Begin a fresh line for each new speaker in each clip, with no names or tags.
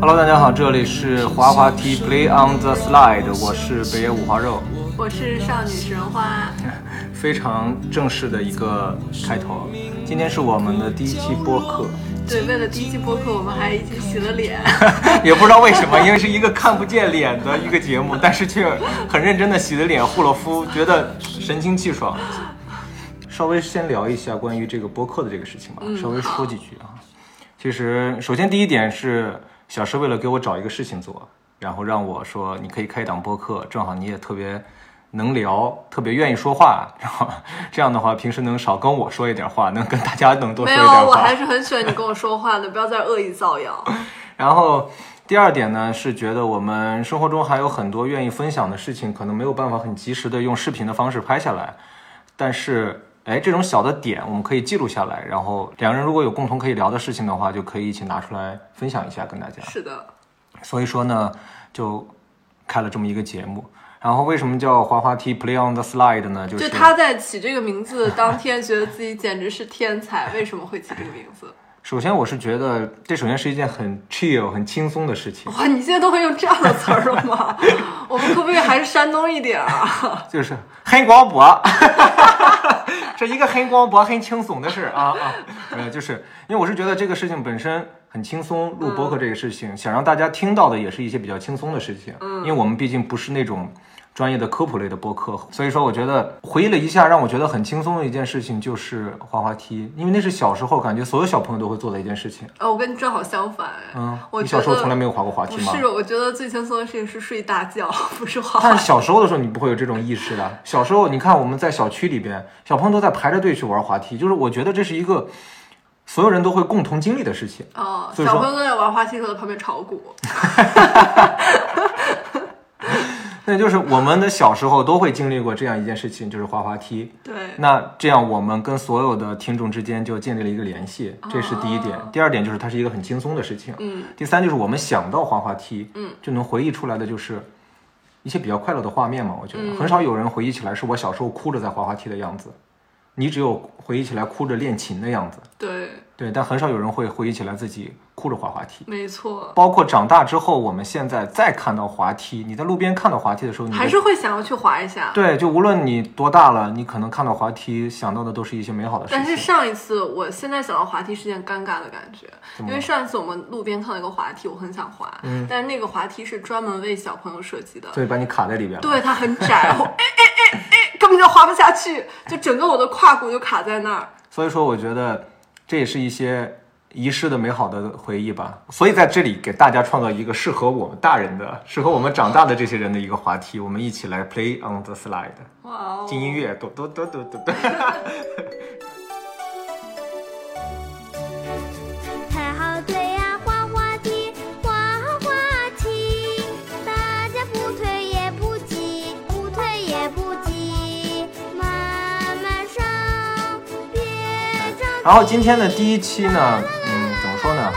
Hello，大家好，这里是滑滑梯 Play on the Slide，我是北野五花肉，
我是少女神花，
嗯非常正式的一个开头。今天是我们的第一期播客，
对，为了第一期播客，我们还一起洗了脸。
嗯也不知道为什么，因为是一个看不见脸的一个节目，但是却很认真的洗了脸、护了肤，觉得神清气爽。稍微先聊一下关于这个播客的这个事情吧，
嗯
稍微说几句啊。其实，首先第一点是小石为了给我找一个事情做，然后让我说你可以开一档播客，正好你也特别能聊，特别愿意说话，然后这样的话平时能少跟我说一点话，能跟大家能多说
没
一
有，
点话。
我还是很喜欢你跟我说话的，不要再恶意 造谣。
然后第二点呢，是觉得我们生活中还有很多愿意分享的事情，可能没有办法很及时的用视频的方式拍下来，但是。哎，这种小的点我们可以记录下来，然后两人如果有共同可以聊的事情的话，就可以一起拿出来分享一下，跟大家。
是的，
所以说呢，就开了这么一个节目。然后为什么叫滑滑梯 Play on the Slide 呢？就是
就他在起这个名字的当天，觉得自己简直是天才，为什么会起这个名字？
首先我是觉得这首先是一件很 chill、很轻松的事情，
哇，你现在都会用这样的词儿了 吗？我们可不可以还是山东一点啊？
就是很广博， 这一个很广博、很轻松的事儿啊啊，呃，就是因为我是觉得这个事情本身很轻松，录播客这个事
嗯
情，想让大家听到的也是一些比较轻松的事情，因为我们毕竟不是那种。专业的科普类的播客，所以说我觉得回忆了一下，让我觉得很轻松的一件事情就是滑滑梯，因为那是小时候感觉所有小朋友都会做的一件事情。
呃、我跟你正好相反，哎
嗯，
我
你
觉
小
得
时候从来没有滑过滑
不
梯吗？
是，我觉得最轻松的事情是睡大觉， 不是 滑
但是小时候的时候，你不会有这种意识的。小时候，你看我们在小区里边，小朋友都在排着队去玩滑梯，就是我觉得这是一个所有人都会共同经历的事情。
哦，
所以说
小朋友都在玩滑梯的时候在旁边炒股，
那就是我们的小时候都会经历过这样一件事情，就是滑滑梯。
对，
那这样，我们跟所有的听众之间就建立了一个联系，这是第一点。第二点就是它是一个很轻松的事情。
嗯，
第三就是我们想到滑滑梯，嗯，就能回忆出来的就是一些比较快乐的画面嘛。我觉
嗯
得、很少有人回忆起来是我小时候哭着在滑滑梯的样子，你只有回忆起来哭着练琴的样子，
对，
对，但很少有人会回忆起来自己哭着滑滑梯。
没错，
包括长大之后，我们现在再看到滑梯，你在路边看到滑梯的时候，你的
还是会想要去滑一下。
嗯对，就无论你多大了，你可能看到滑梯想到的都是一些美好的事
但
情
是。上一次，我现在想到滑梯是件尴尬的感觉，
怎
因
么
为上一次我们路边看到一个滑梯，我很想滑，但是那个滑梯是专门为小朋友设计的，
所以把你卡在里边了。
对，它很窄，我哎哎哎哎，根本就滑不下去，就整个我的胯骨就卡在那儿。
所以说，我觉得这也是一些遗失的美好的回忆吧。所以在这里给大家创造一个适合我们大人的、适合我们长大的这些人的一个滑梯，我们一起来 play on the slide，
哇哦！
听音乐，咚咚咚咚咚咚。
排好队呀、滑滑梯，滑滑梯，大家不推也不挤，不推也不挤，慢慢上，别着
然后今天的第一期呢，嗯，怎么说呢？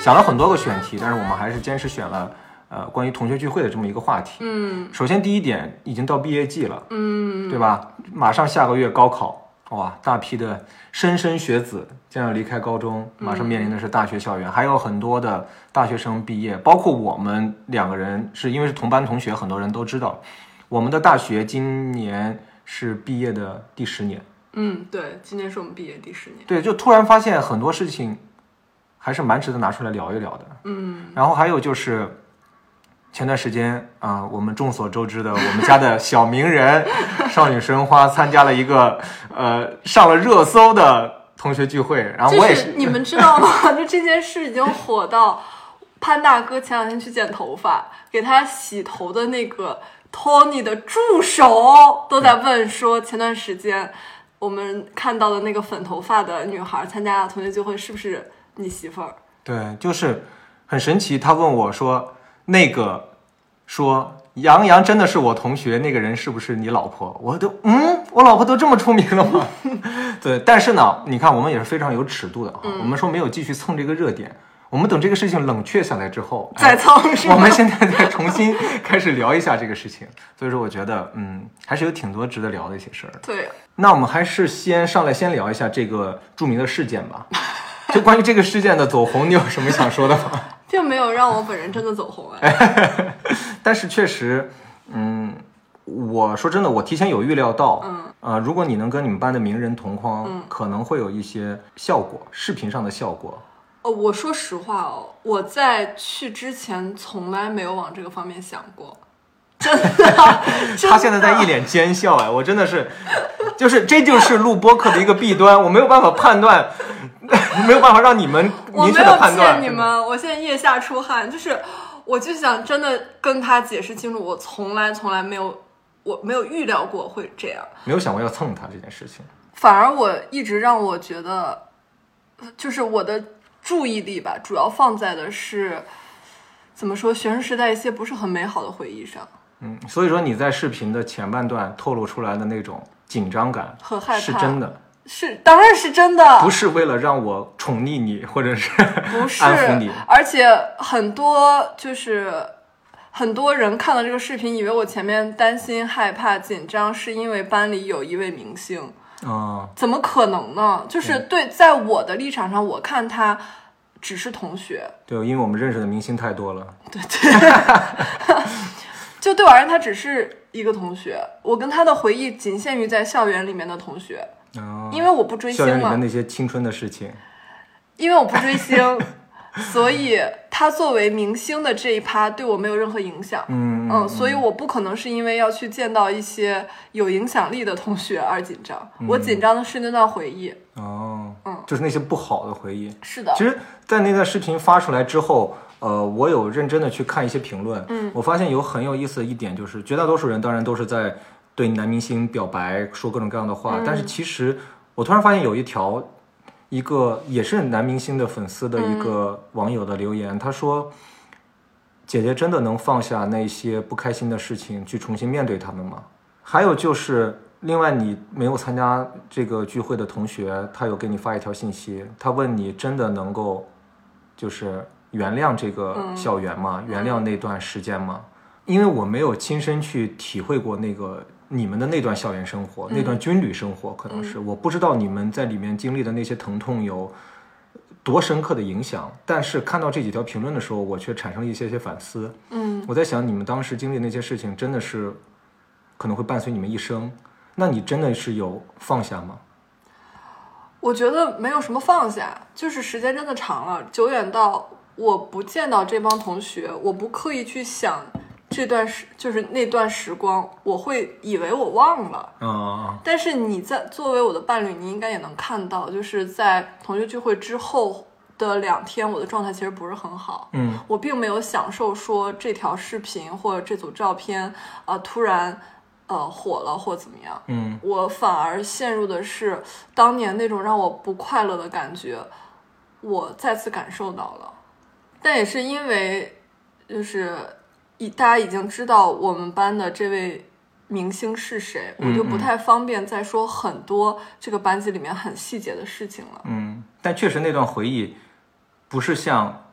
想了很多个选题，但是我们还是坚持选了呃关于同学聚会的这么一个话题。
嗯
首先，第一点，已经到毕业季了，
嗯，
对吧？马上下个月高考，哇，大批的莘莘学子将要离开高中，
嗯
马上面临的是大学校园，还有很多的大学生毕业，包括我们两个人是因为是同班同学，很多人都知道，我们的大学今年是毕业的第十年，
嗯，对，今年是我们毕业第十年。
对，就突然发现很多事情还是蛮值得拿出来聊一聊的。
嗯，
然后还有就是，前段时间啊、我们众所周知的，我们家的小名人少女申花参加了一个呃上了热搜的同学聚会，然啊后我
就
也
是你们知道吗？ 就这件事已经火到潘大哥前两天去剪头发，给他洗头的那个 Tony 的助手都在问说，前段时间我们看到的那个粉头发的女孩参加同学聚会，是不是你媳妇儿？
对，就是很神奇。他问我说：“那个说杨洋真的是我同学，那个人是不是你老婆？”我都嗯，我老婆都这么出名了吗？ 对，但是呢，你看我们也是非常有尺度的啊，我们说没有继续蹭这个热点，我们等这个事情冷却下来之后，哎
在蹭是
我
吗？
们现在再重新开始聊一下这个事情。所以说，我觉得嗯，还是有挺多值得聊的一些事儿的。
对，
那我们还是先上来先聊一下这个著名的事件吧。就关于这个事件的走红，你有什么想说的吗？
并没有让我本人真的走红哎。
但是确实，嗯，我说真的，我提前有预料到，
嗯，
呃，如果你能跟你们班的名人同框，可能会有一些效果，视频上的效果。
哦，我说实话哦，我在去之前从来没有往这个方面想过， 真的。真的
他现在在一脸奸笑，哎，我真的是，就是这就是录播客的一个弊端，我没有办法判断， 没有办法让你们明
我没
确的
有
判断。
骗你们，我现在腋下出汗，就是我就想真的跟他解释清楚，我从来从来没有，我没有预料过会这样，
没有想过要蹭他这件事情。
反而我一直让我觉得，呃就是我的注意力吧，主要放在的是怎么说学生时代一些不是很美好的回忆上。
嗯，所以说你在视频的前半段透露出来的那种紧张感
和害怕
是真的，
是，当然是真的，
不是为了让我宠溺你，或者是
不是
安抚你。，
而且很多就是很多人看了这个视频，以为我前面担心、害怕、紧张，是因为班里有一位明星，
嗯，
怎么可能呢？就是对，在我的立场上，我看他只是同学，
对，因为我们认识的明星太多了。
就对我而言，他只是一个同学，我跟他的回忆仅限于在校园里面的同学，
嗯，
因为我不追
校园
星
里面
嘛，
那些青春的事情，
因为我不追星。所以他作为明星的这一趴对我没有任何影响，
嗯
嗯，所以我不可能是因为要去见到一些有影响力的同学而紧张，
嗯
我紧张的是那段回忆。
哦，
嗯
就是那些不好的回忆。
是的
其，实，在那段视频发出来之后，呃，我有认真的去看一些评论，
嗯
我发现有很有意思的一点就是，绝大多数人当然都是在对男明星表白，说各种各样的
嗯
话，但是其实我突然发现有一条，一个也是男明星的粉丝的一个网友的留言，他说。姐姐真的能放下那些不开心的事情，去重新面对他们吗？还有就是，另外你没有参加这个聚会的同学，他有给你发一条信息，他问你真的能够就是原谅这个校园吗？原谅那段时间吗？因为我没有亲身去体会过那个你们的那段校园生活，那段军旅生活，可
嗯
能是、我不知道你们在里面经历的那些疼痛有多深刻的影响。但是看到这几条评论的时候，我却产生了一些些反思。
嗯，
我在想，你们当时经历那些事情，真的是可能会伴随你们一生。那你真的是有放下吗？
我觉得没有什么放下，就是时间真的长了，久远到我不见到这帮同学，我不刻意去想这段时，就是那段时光，我会以为我忘了。
啊、啊
但是你在作为我的伴侣，你应该也能看到，就是在同学聚会之后的两天，我的状态其实不是很好。
嗯，
我并没有享受说这条视频或者这组照片，呃，突然呃火了或怎么样，
嗯
我反而陷入的是当年那种让我不快乐的感觉，我再次感受到了。但也是因为，就是已大家已经知道我们班的这位明星是谁，我就不太方便再说很多这个班级里面很细节的事情了。
嗯，但确实那段回忆不是像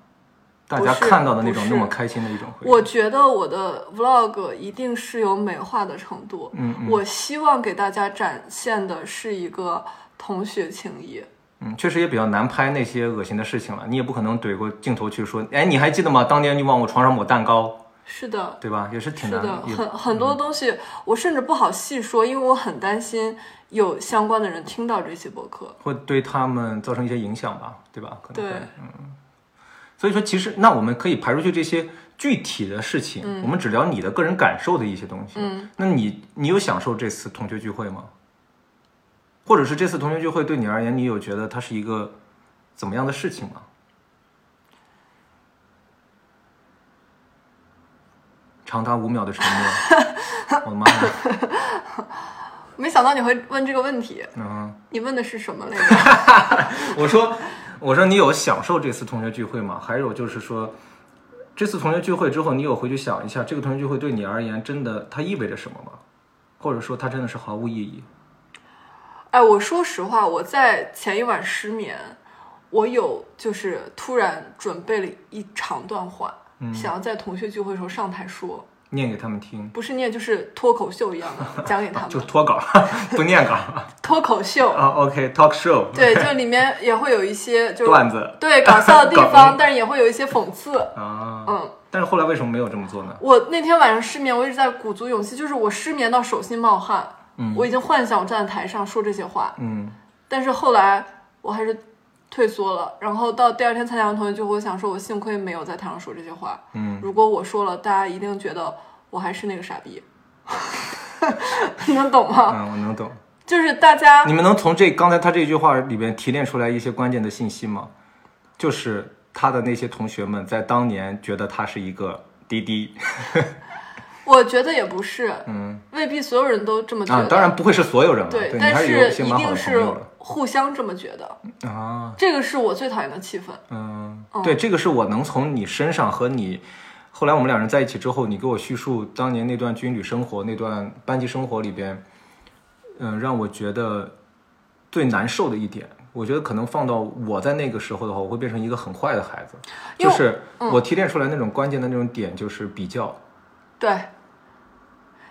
大家
不是
看到的那种
不是
那么开心的一种回忆。
我觉得我的 vlog 一定是有美化的程度。
嗯嗯
我希望给大家展现的是一个同学情谊。
嗯，确实也比较难拍那些恶心的事情了。你也不可能怼过镜头去说，哎，你还记得吗？当年你往我床上抹蛋糕，
是的，
对吧？也是挺
是
难
的，
也嗯
很很多东西我甚至不好细说，因为我很担心有相关的人听到这期博客。
会对他们造成一些影响吧，对吧？可能会，
对
嗯。所以说，其实那我们可以排除去这些具体的事情，我们只聊你的个人感受的一些东西。
嗯，
那你你有享受这次同学聚会吗？或者是这次同学聚会对你而言，你有觉得它是一个怎么样的事情吗？长达五秒的沉默， 我的妈呀！
没想到你会问这个问题，
嗯。
你问的是什么来着？
我说，我说你有享受这次同学聚会吗？还有就是说，这次同学聚会之后，你有回去想一下，这个同学聚会对你而言，真的它意味着什么吗？或者说它真的是毫无意义？
哎，我说实话，我在前一晚失眠，我有就是
嗯
突然准备了一长段话，想要在同学聚会时候上台说，
念给他们听，
不是念就是脱口秀一样 的讲给他
啊就
们。
脱稿，不念稿啊。
脱口秀，
OK，talk、show，
对，就里面也会有一些就是
段子
对搞笑的地
搞
方，但是也会有一些讽刺。
啊。
嗯，
但是后来为什么没有这么做呢？
我那天晚上失眠，我一直在鼓足勇气，就是我失眠到手心冒汗，
嗯
我已经幻想我站在台上说这些话，
嗯，
但是后来我还是退缩了。然后到第二天参加完同学聚会，我想说，我幸亏没有在台上说这些话，
嗯
如果我说了，大家一定觉得我还是那个傻逼， 你能懂吗？
嗯，我能懂。
就是大家
你们能从这刚才他这句话里边提炼出来一些关键的信息吗？就是他的那些同学们在当年觉得他是一个滴滴，
我觉得也不是，
嗯
未必所有人都这么觉
啊
得。，
当然不会是所有人了，
对，
你
但
还有一些
一
蛮好
定
的朋
是嗯
友了
互相这么觉得。
啊，
这个是我最讨厌的气氛。
嗯，
嗯
对，这个是我能从你身上和你。后来我们两人在一起之后，你给我叙述当年那段军旅生活、那段班级生活里边，嗯，让我觉得最难受的一点，我觉得可能放到我在那个时候的话，我会变成一个很坏的孩子，
因
就
为
是嗯我提炼出来那种关键的那种点就是比较，
对，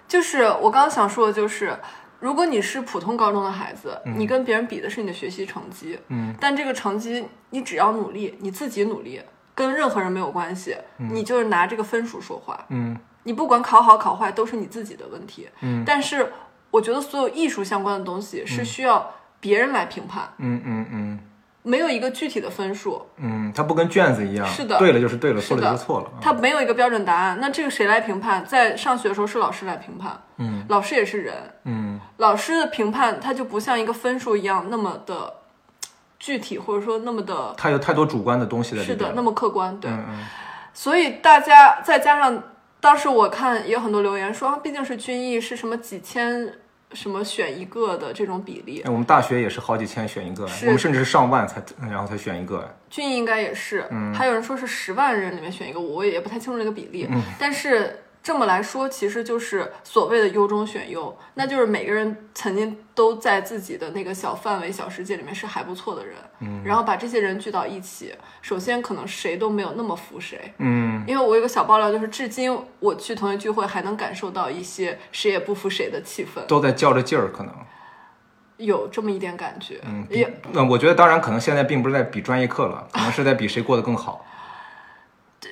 就是我刚刚想说的就是，如果你是普通高中的孩子，你跟别人比的是你的学习成绩，
嗯，
但这个成绩你只要努力，你自己努力，跟任何人没有关系，你就是拿这个分数说话，
嗯
你不管考好考坏都是你自己的问题。
嗯
但是我觉得所有艺术相关的东西是需要别人来评判，
嗯嗯嗯
没有一个具体的分数，
嗯，它不跟卷子一样，
是的
对了就是对了，
是
错
的
了就是错了，啊
它没有一个标准答案。那这个谁来评判？在上学的时候是老师来评判，
嗯
老师也是人，
嗯
老师的评判它就不像一个分数一样那么的具体，或者说那么的。
它有太多主观的东西在里
是
边，
的，那么客观，对，
嗯嗯
所以大家再加上当时我看也有很多留言说，啊毕竟是军艺，是什么几千什么选一个的这种比例
哎，，我们大学也是好几千选一个，
是
我们甚至是上万才，然后才选一个。
军艺应该也是，
嗯
还有人说是十万人里面选一个，我也不太清楚这个比例，
嗯
但是。这么来说，其实就是所谓的优中选优，那就是每个人曾经都在自己的那个小范围、小世界里面是还不错的人，
嗯
然后把这些人聚到一起，首先可能谁都没有那么服谁，
嗯，
因为我有个小爆料，就是至今我去同学聚会还能感受到一些谁也不服谁的气氛，
都在较着劲儿，可能。
有这么一点感觉。
嗯，比
也
那我觉得当然可能现在并不是在比专业课了，可能是在比谁过得更好。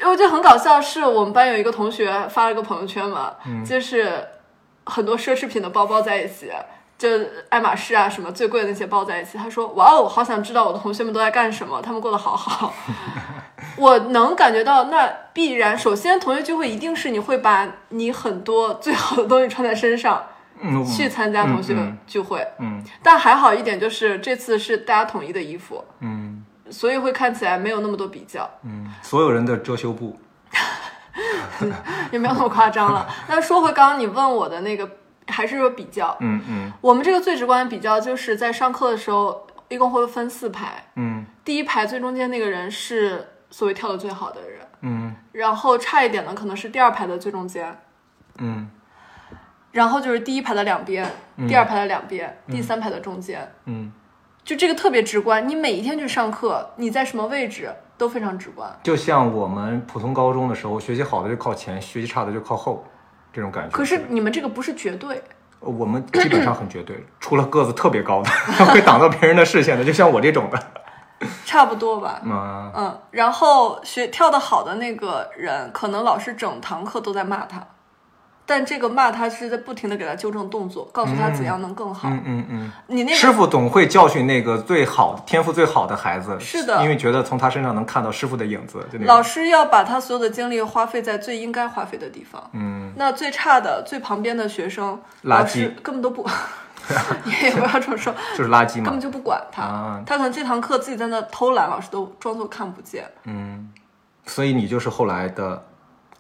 我觉得很搞笑，是我们班有一个同学发了个朋友圈嘛，
嗯
就是很多奢侈品的包包在一起。就爱马仕啊，什么最贵的那些包在一起。他说：“哇哦，好想知道我的同学们都在干什么，他们过得好 好。”我能感觉到，那必然首先同学聚会一定是你会把你很多最好的东西穿在身上，
嗯，
去参加同学
嗯
聚会。
嗯
但还好一点就是这次是大家统一的衣服，
嗯
所以会看起来没有那么多比较，
嗯，所有人的遮羞布。
也没有那么夸张了。那说回刚刚你问我的那个，还是说比较，
嗯嗯
我们这个最直观的比较就是在上课的时候，一共会分四排，
嗯
第一排最中间那个人是所谓跳的最好的人，
嗯
然后差一点的可能是第二排的最中间。
嗯
然后就是第一排的两边，第二排的两边，第三排的中间，
嗯，
就这个特别直观。你每一天去上课，你在什么位置都非常直观。
就像我们普通高中的时候，学习好的就靠前，学习差的就靠后，这种感觉。
可是你们这个不是绝对，
我们基本上很绝对， 除了个子特别高的，会挡到别人的视线的，就像我这种的。
差不多吧。
嗯
嗯，然后学跳得好的那个人，可能老师整堂课都在骂他，但这个骂他是在不停的给他纠正动作，告诉他怎样能更好。
嗯嗯嗯。
你那
师
个
傅总会教训那个最好天赋最好的孩子，
是的
因为觉得从他身上能看到师傅的影子，就那
老
种。
师要把他所有的精力花费在最应该花费的地方。
嗯，
那最差的、最旁边的学生，
垃圾
老师根本 都不，你也不要这么说，
就是垃圾
根本
嘛。
就不管他。
啊
他可能这堂课自己在那偷懒，老师都装作看不见。
嗯，所以你就是后来的，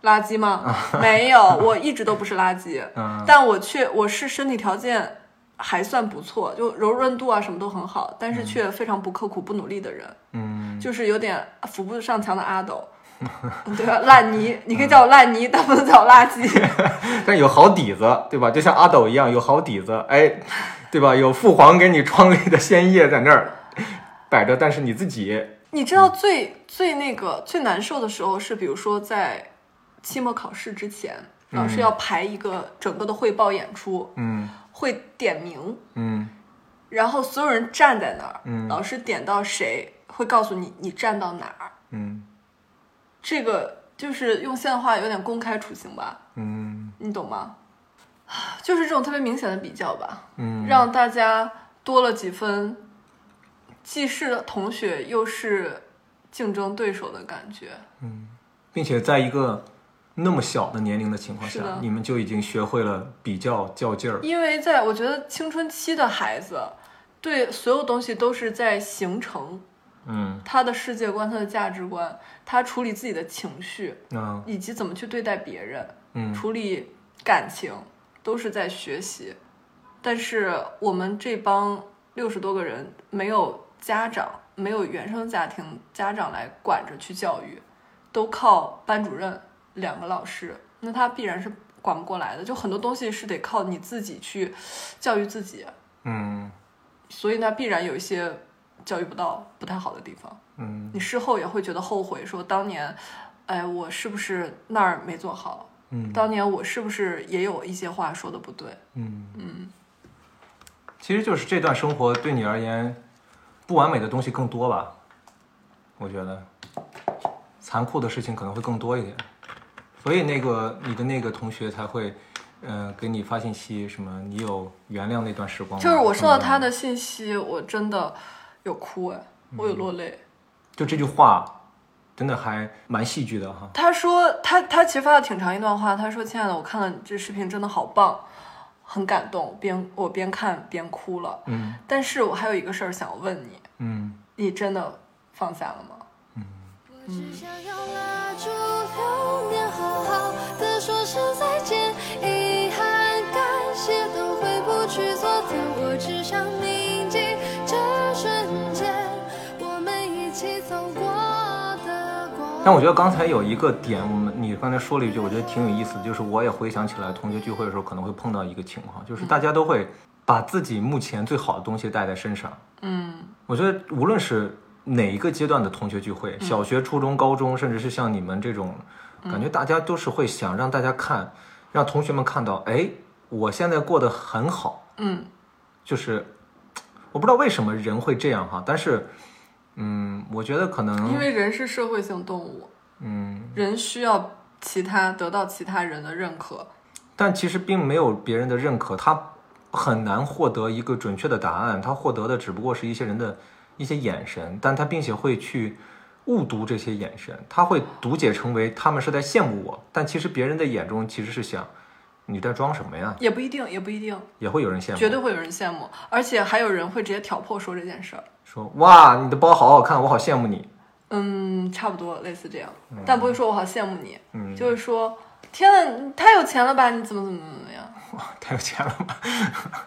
垃 圾吗？没有，我一直都不是垃圾，
嗯
但我却我是身体条件还算不错，就柔韧度啊什么都很好，但是却非常不刻苦、不努力的人，
嗯
就是有点扶不上墙的阿斗， 对吧？烂泥，你可以叫我烂泥，但不能叫我垃圾。
但有好底子，对吧？就像阿斗一样有好底子，哎，对吧？有父皇给你创立的先业在那儿摆着，但是你自己，
你知道最最那个最难受的时候是，比如说在期末考试之前，老师要排一个整个的汇报演出，
嗯
会点名，
嗯
然后所有人站在那儿，
嗯
老师点到谁会告诉你你站到哪儿，
嗯
这个就是用现代话有点公开处刑吧，
嗯
你懂吗？啊就是这种特别明显的比较吧，
嗯，
让大家多了几分，既是同学又是竞争对手的感觉。
并且在一个那么小的年龄的情况
是
下
的，
你们就已经学会了比较较劲儿。
因为在我觉得青春期的孩子，对所有东西都是在形成
嗯，
他的世界观、他的价值观，他处理自己的情绪，
那
以及怎么去对待别人，
嗯
处理感情，都是在学习。但是我们这帮六十多个人，没有家长，没有原生家庭家长来管着去教育，都靠班主任两个老师，那他必然是管不过来的。就很多东西是得靠你自己去教育自己，
嗯
所以呢，必然有一些教育不到不太好的地方。
嗯
你事后也会觉得后悔，说当年，哎，我是不是那儿没做好？
嗯
当年我是不是也有一些话说的不对？
嗯嗯，其实就是这段生活对你而言，不完美的东西更多吧？我觉得，残酷的事情可能会更多一点，所以那个你的那个同学才会，呃，给你发信息什么，你有原谅那段时光吗。嗯
就是我收到
什么的
他的信息，我真的有哭哎，我
嗯
有落泪。
就这句话，真的还蛮戏剧的哈。
他说他他其实发了挺长一段话，他说：“亲爱的，我看了你这视频真的好棒，很感动，边我边看边哭了。
嗯
但是我还有一个事儿想问你，
嗯
你真的放下了吗？
我只想要蜡烛两边好好的说声再见，遗憾、感谢都回不去昨天。我只想铭记这瞬间，我们一起走过的光。
但我觉得刚才有一个点，我们你刚才说了一句，我觉得挺有意思的，就是我也回想起来，同学聚会的时候可能会碰到一个情况，
嗯
就是大家都会把自己目前最好的东西带在身上。
嗯，
我觉得无论是哪一个阶段的同学聚会，
嗯
小学、初中、高中，甚至是像你们这种，感觉大家都是会想让大家看，让同学们看到，哎，我现在过得很好，
嗯，
就是我不知道为什么人会这样哈，但是，嗯，我觉得可能
因为人是社会性动物，
嗯，
人需要其他得到其他人的认可。
但其实并没有别人的认可，他很难获得一个准确的答案，他获得的只不过是一些人的一些眼神，但他并且会去误读这些眼神，他会读解成为他们是在羡慕我，但其实别人的眼中其实是想你在装什么呀，
也不一定，也不一定，
也会有人羡慕，
绝对会有人羡慕，而且还有人会直接挑破说这件事儿。
说哇你的包好好看，我好羡慕你，
嗯，差不多类似这样，但不会说我好羡慕你，
嗯
就是说天呐，你太有钱了吧，你怎么怎么怎么样，
太有钱了吧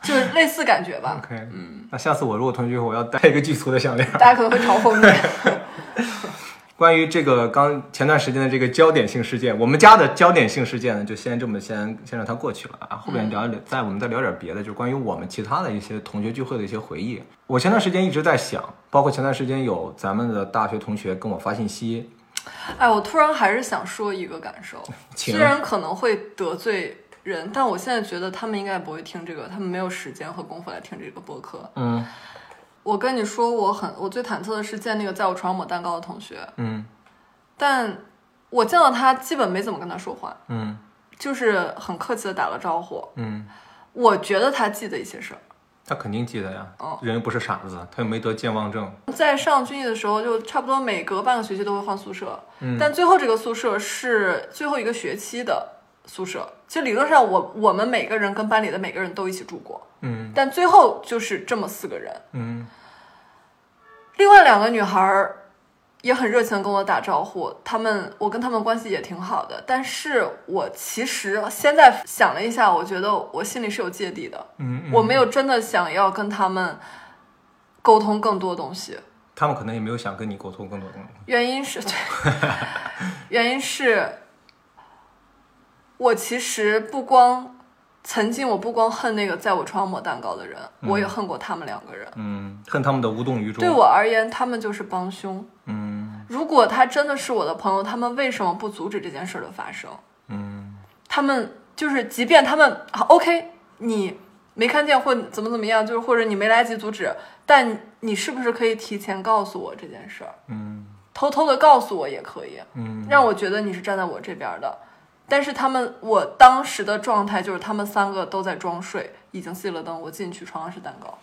就是类似感 觉吧。
？OK，嗯，那下次我如果同学聚会，我要带一个巨粗的项链。
大家可能会嘲讽你，
关于这个刚前段时间的这个焦点性事件，我们家的焦点性事件呢，就先这么先先让它过去了啊。后边聊一聊，再我们再聊点别的，就是关于我们其他的一些同学聚会的一些回忆。我前段时间一直在想，包括前段时间有咱们的大学同学跟我发信息，
哎，我突然还是想说一个感受，
请
虽然可能会得罪人，但我现在觉得他们应该不会听这个，他们没有时间和功夫来听这个播客。
嗯
我跟你说，我很我最忐忑的是见那个在我床上抹蛋糕的同学，
嗯
但我见到他基本没怎么跟他说话，
嗯
就是很客气的打了招呼。
嗯，
我觉得他记得一些事儿。
他肯定记得呀
哦，
人又不是傻子，他又没得健忘症。
在上军艺的时候，就差不多每隔半个学期都会换宿舍，
嗯
但最后这个宿舍是最后一个学期的宿舍。其实理论上我，我们每个人跟班里的每个人都一起住过，
嗯
但最后就是这么四个人。
嗯
另外两个女孩儿也很热情地跟我打招呼，她们我跟她们关系也挺好的，但是我其实现在想了一下，我觉得我心里是有芥蒂的，
嗯，
我没有真的想要跟她们沟通更多东西，
他们可能也没有想跟你沟通更多东西。
原因是， 对，原因是，我其实不光曾经我不光恨那个在我床上抹蛋糕的人，我也恨过他们两个人。
嗯，恨他们的无动于衷。
对我而言，他们就是帮凶。
嗯
如果他真的是我的朋友，他们为什么不阻止这件事儿的发生？
嗯
他们就是即便他们啊 OK，你没看见或怎么怎么样，就是或者你没来得及阻止，但你是不是可以提前告诉我这件事儿？
嗯
偷偷的告诉我也可以，
嗯，
让我觉得你是站在我这边儿的。但是他们，我当时的状态就是他们三个都在装睡，已经熄了灯，我进去床上是蛋糕。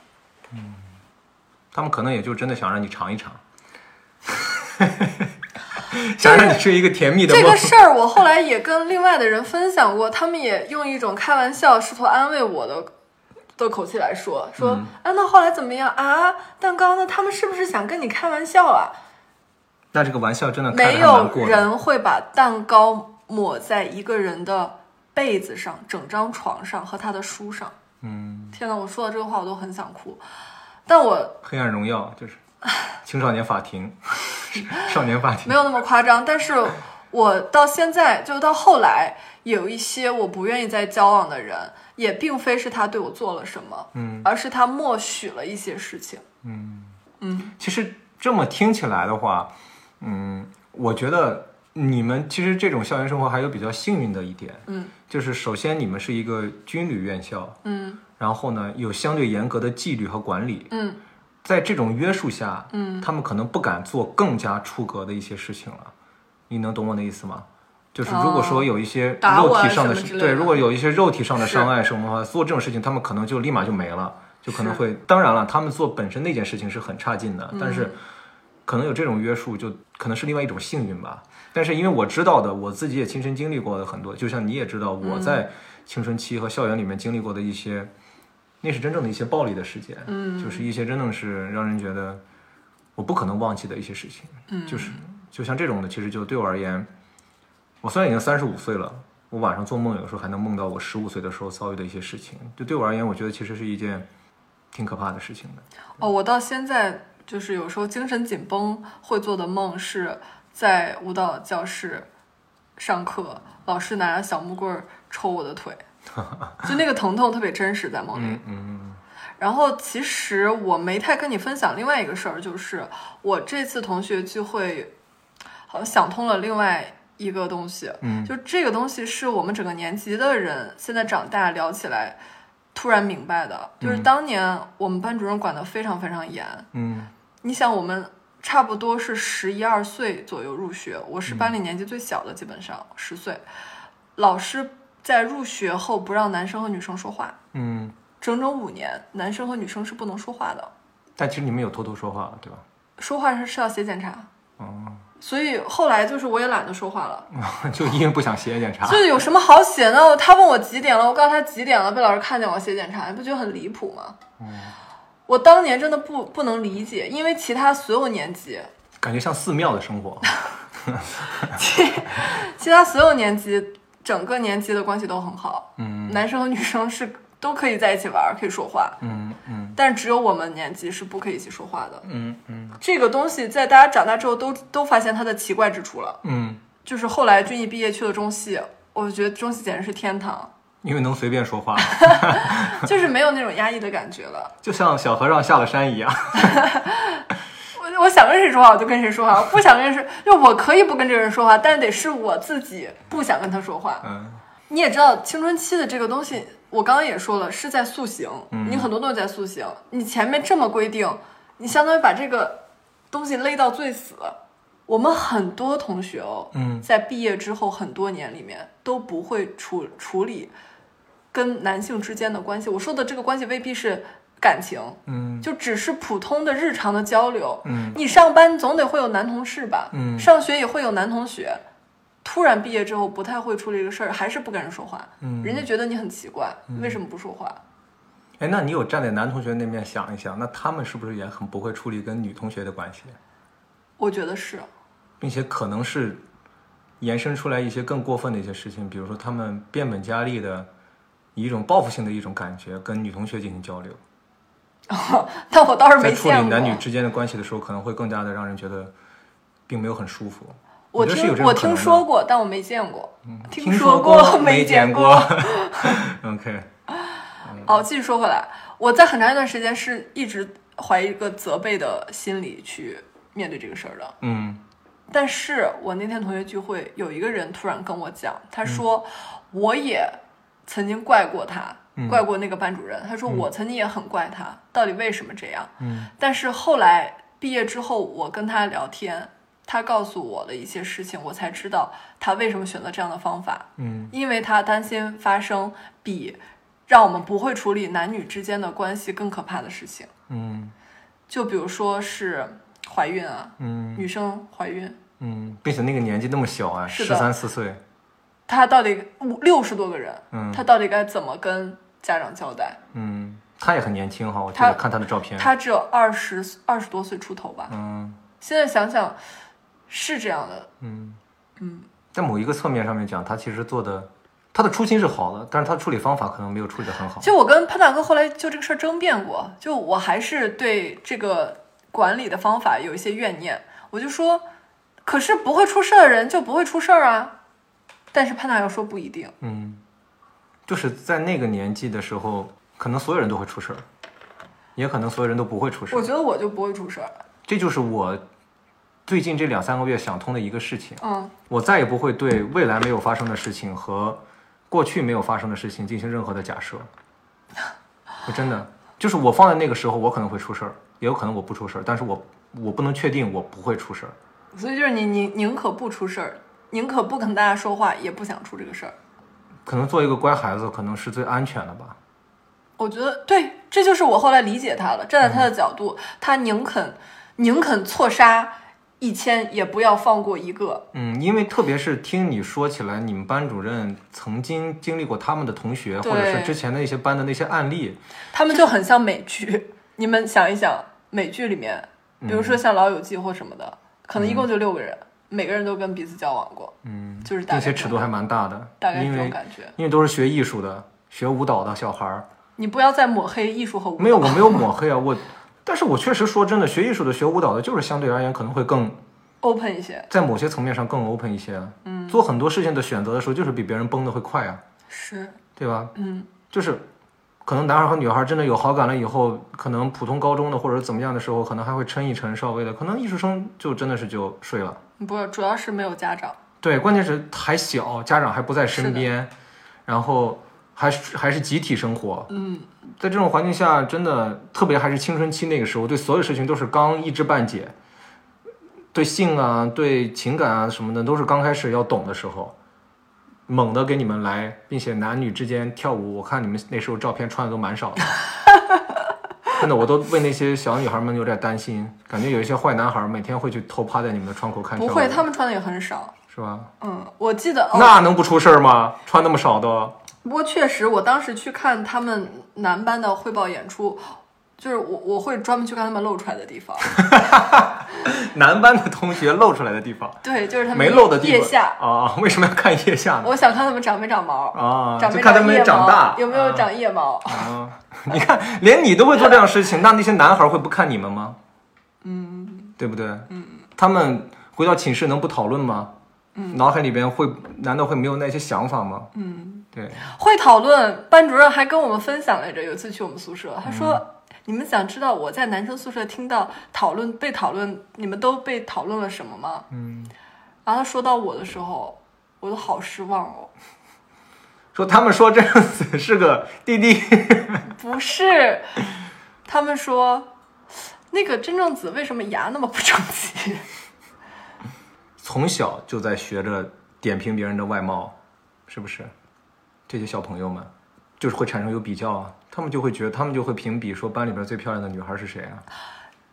他们可能也就真的想让你尝一尝， 想让你吃一个甜蜜的
这
梦。
个事儿我后来也跟另外的人分享过，他们也用一种开玩笑、试图安慰我的的口气来说，说、
嗯
啊，那后来怎么样啊？蛋糕呢？他们是不是想跟你开玩笑啊？
那这个玩笑真的开
没
的蛮
有
过的。
人会把蛋糕抹在一个人的被子上、整张床上和他的书上。
嗯，
天呐，我说到这个话我都很想哭，但我
黑暗荣耀就是青少年法 庭，少年法庭
没有那么夸张，但是我到现在，就到后来，有一些我不愿意再交往的人，也并非是他对我做了什么，
嗯
而是他默许了一些事情。
嗯。
嗯，
其实这么听起来的话，嗯，我觉得你们其实这种校园生活还有比较幸运的一点，
嗯，
就是首先你们是一个军旅院校，
嗯
然后呢有相对严格的纪律和管理，
嗯
在这种约束下，
嗯，
他们可能不敢做更加出格的一些事情了。你能懂我的意思吗？就是
哦
如果说有一些
打我
肉
啊
体上
什么之类的
对，如果有一些肉体上的
是
伤害什么的话，做这种事情，他们可能就立马就没了，就可能
是
会。当然了，他们做本身那件事情是很差劲的，但是可能有这种约束，就可能是另外一种幸运吧。但是因为我知道的，我自己也亲身经历过的很多，就像你也知道，我在青春期和校园里面经历过的一些，那是真正的一些暴力的事件，嗯，就是一些真的是让人觉得我不可能忘记的一些事情，嗯，就是就像这种的，其实就对我而言，我虽然已经三十五岁了，我晚上做梦有时候还能梦到我十五岁的时候遭遇的一些事情，就对我而言，我觉得其实是一件挺可怕的事情的。
哦，我到现在就是有时候精神紧绷会做的梦是在舞蹈教室上课，老师拿着小木棍儿抽我的腿，就那个疼痛特别真实，在梦里。
嗯嗯
然后其实我没太跟你分享另外一个事儿，就是我这次同学聚会，好像想通了另外一个东西，
嗯
就这个东西是我们整个年级的人现在长大聊起来突然明白的，就是
嗯
当年我们班主任管得非常非常严，
嗯
你想我们。差不多是十一二岁左右入学，我是班里年纪最小的，基本上十岁。老师在入学后不让男生和女生说话，
嗯，
整整五年，男生和女生是不能说话的，
但其实你们有偷偷说话了，对吧？
说话是是要写检查。
哦，
所以后来就是我也懒得说话了，
就因为不想写检查
就。是有什么好写呢？他问我几点了，我告诉他几点了，被老师看见我写检查，你不觉得很离谱吗？我当年真的不不能理解，因为其他所有年级，
感觉像寺庙的生 活。
其他所有年级整个年级的关系都很好，
嗯
男生和女生是都可以在一起玩，可以说话，
嗯嗯
但只有我们年级是不可以一起说话的。
嗯嗯
这个东西在大家长大之后都都发现它的奇怪之处了。
嗯，
就是后来军艺毕业去了中戏，我觉得中戏简直是天堂，
因为能随便 说话，
就是没有那种压抑的感觉了。
就像小和尚下了山一 样。
我我想跟谁说话我就跟谁说话，我不想跟谁，就我可以不跟这个人说话，但得是我自己不想跟他说话。
嗯
你也知道，青春期的这个东西，我刚刚也说了，是在塑形，你很多东西在塑形。你前面这么规定，你相当于把这个东西勒到最死。我们很多同学哦，
嗯
在毕业之后很多年里面都不会处处理跟男性之间的关系。我说的这个关系未必是感情，
嗯
就只是普通的日常的交流。
嗯
你上班总得会有男同事吧？
嗯
上学也会有男同学。突然毕业之后不太会处理这个事儿，还是不跟人说话，
嗯
人家觉得你很奇怪，为什么不说话？
哎，那你有站在男同学那面想一想，那他们是不是也很不会处理跟女同学的关系，
我觉得是，
并且可能是延伸出来一些更过分的一些事情，比如说他们变本加厉的以一种报复性的一种感觉跟女同学进行交流，
但我倒是
在
没
处
见
理
过。
男女之间的关系的时候，可能会更加的让人觉得并没有很舒服。
我
你觉得是有
听
这种
我
可能的
听说过，但我没见过。
嗯
听
说
过
没
见
过。OK，
哦，继续说回来，我在很长一段时间是一直怀一个责备的心理去面对这个事儿的。
嗯
但是我那天同学聚会，有一个人突然跟我讲，
嗯
他说我也曾经怪过他，
嗯
怪过那个班主任。他说
嗯
我曾经也很怪他，到底为什么这样？
嗯
但是后来毕业之后，我跟他聊天，他告诉我了一些事情，我才知道他为什么选择这样的方法，
嗯
因为他担心发生比让我们不会处理男女之间的关系更可怕的事情，
嗯
就比如说是怀孕啊，
嗯
女生怀孕，
嗯，并且那个年纪那么小啊，
是
十
的
三四岁，
她到底五六十多个人，
嗯
她到底该怎么跟家长交代？
嗯，他也很年轻哈，我记
他
得看他的照片，
她只有二十二十多岁出头吧，
嗯
现在想想是这样的，
嗯，
嗯，
在某一个侧面上面讲，他其实做的，他的初心是好的，但是他处理方法可能没有处理的很好，
就我跟潘大哥后来就这个事儿争辩过，就我还是对这个管理的方法有一些怨念，我就说，可是不会出事儿的人就不会出事儿啊。但是潘大哥说不一定，
嗯，就是在那个年纪的时候，可能所有人都会出事儿，也可能所有人都不会出事
我
儿，
觉得我就不会出事儿。
这就是我最近这两三个月想通的一个事情。
嗯
我再也不会对未来没有发生的事情和过去没有发生的事情进行任何的假设。我真的就是我放在那个时候，我可能会出事儿，也有可能我不出事儿，但是我我不能确定我不会出事儿。
所以就是你宁宁可不出事儿，宁可不跟大家说话，也不想出这个事儿。
可能做一个乖孩子，可能是最安全的吧。
我觉得对，这就是我后来理解他了。站在他的角度，他宁肯宁肯错杀一千，也不要放过一个。
嗯，因为特别是听你说起来，你们班主任曾经经历过他们的同学，或者是
对
之前的一些班的那些案例，
他们就很像美剧。 你们想一想，美剧里面，
嗯
比如说像《老友记》或什么的，可能一共就六个人，每个人都跟彼此交往过，
嗯，
就是大
那
概这
些
种
尺度还蛮大的，
大概
因
这种
为
感觉。
因为都是学艺术的、学舞蹈的小孩儿，
你不要再抹黑艺术和舞蹈。
没有，我没有抹黑啊，我，但是我确实说真的，学艺术的、学舞蹈的，就是相对而言可能会更
open 一些，
在某些层面上更 open 一些，嗯，做很多事情的选择的时候，就是比别人崩的会快啊，
是，
对吧？
嗯，
就是可能男孩和女孩真的有好感了以后，可能普通高中的或者怎么样的时候，可能还会抻一抻，稍微的，可能艺术生就真的是就睡了。
不是，主要是没有家长，
对，关键是还小，家长还不在身边，然后还是还是集体生活，
嗯，
在这种环境下，真的特别还是青春期那个时候，对所有事情都是刚一知半解，对性啊、对情感啊什么的，都是刚开始要懂的时候，猛的给你们来，并且男女之间跳舞，我看你们那时候照片穿的都蛮少 的，真的，我都为那些小女孩们有点担心，感觉有一些坏男孩每天会去偷趴在你们的窗口看跳
不
舞，
会，他们穿的也很少。
是吧？
嗯，我记得，哦，
那能不出事儿吗？穿那么少的，
不过确实，我当时去看他们男班的汇报演出，就是我我会专门去看他们露出来的地 方，
男班的同学露出来的地方，
对，就是他们
没露的地方。
腋下，
啊，为什么要看腋下呢？
我想看他们长没长毛
啊，
哦长
就
没
看他
长
们
腋
长
毛，
大
有没有长腋毛？
啊啊？你看，连你都会做这样的事情， 那那些男孩会不看你们吗？嗯，对不对？嗯，他们回到寝室能不讨论吗？嗯，脑海里边会难道会没有那些想法吗？嗯，对，
会讨论，班主任还跟我们分享来着。有一次去我们宿舍，他
嗯
说：“你们想知道我在男生宿舍听到讨论被讨论，你们都被讨论了什么吗
嗯，？”
然后他说到我的时候，我都好失望哦。
说他们说这样子是个弟弟，
不是，他们说那个真正子为什么牙那么不整齐？
从小就在学着点评别人的外貌，是不是？这些小朋友们就是会产生有比较啊，他们就会觉得，他们就会评比说班里边最漂亮的女孩是谁啊？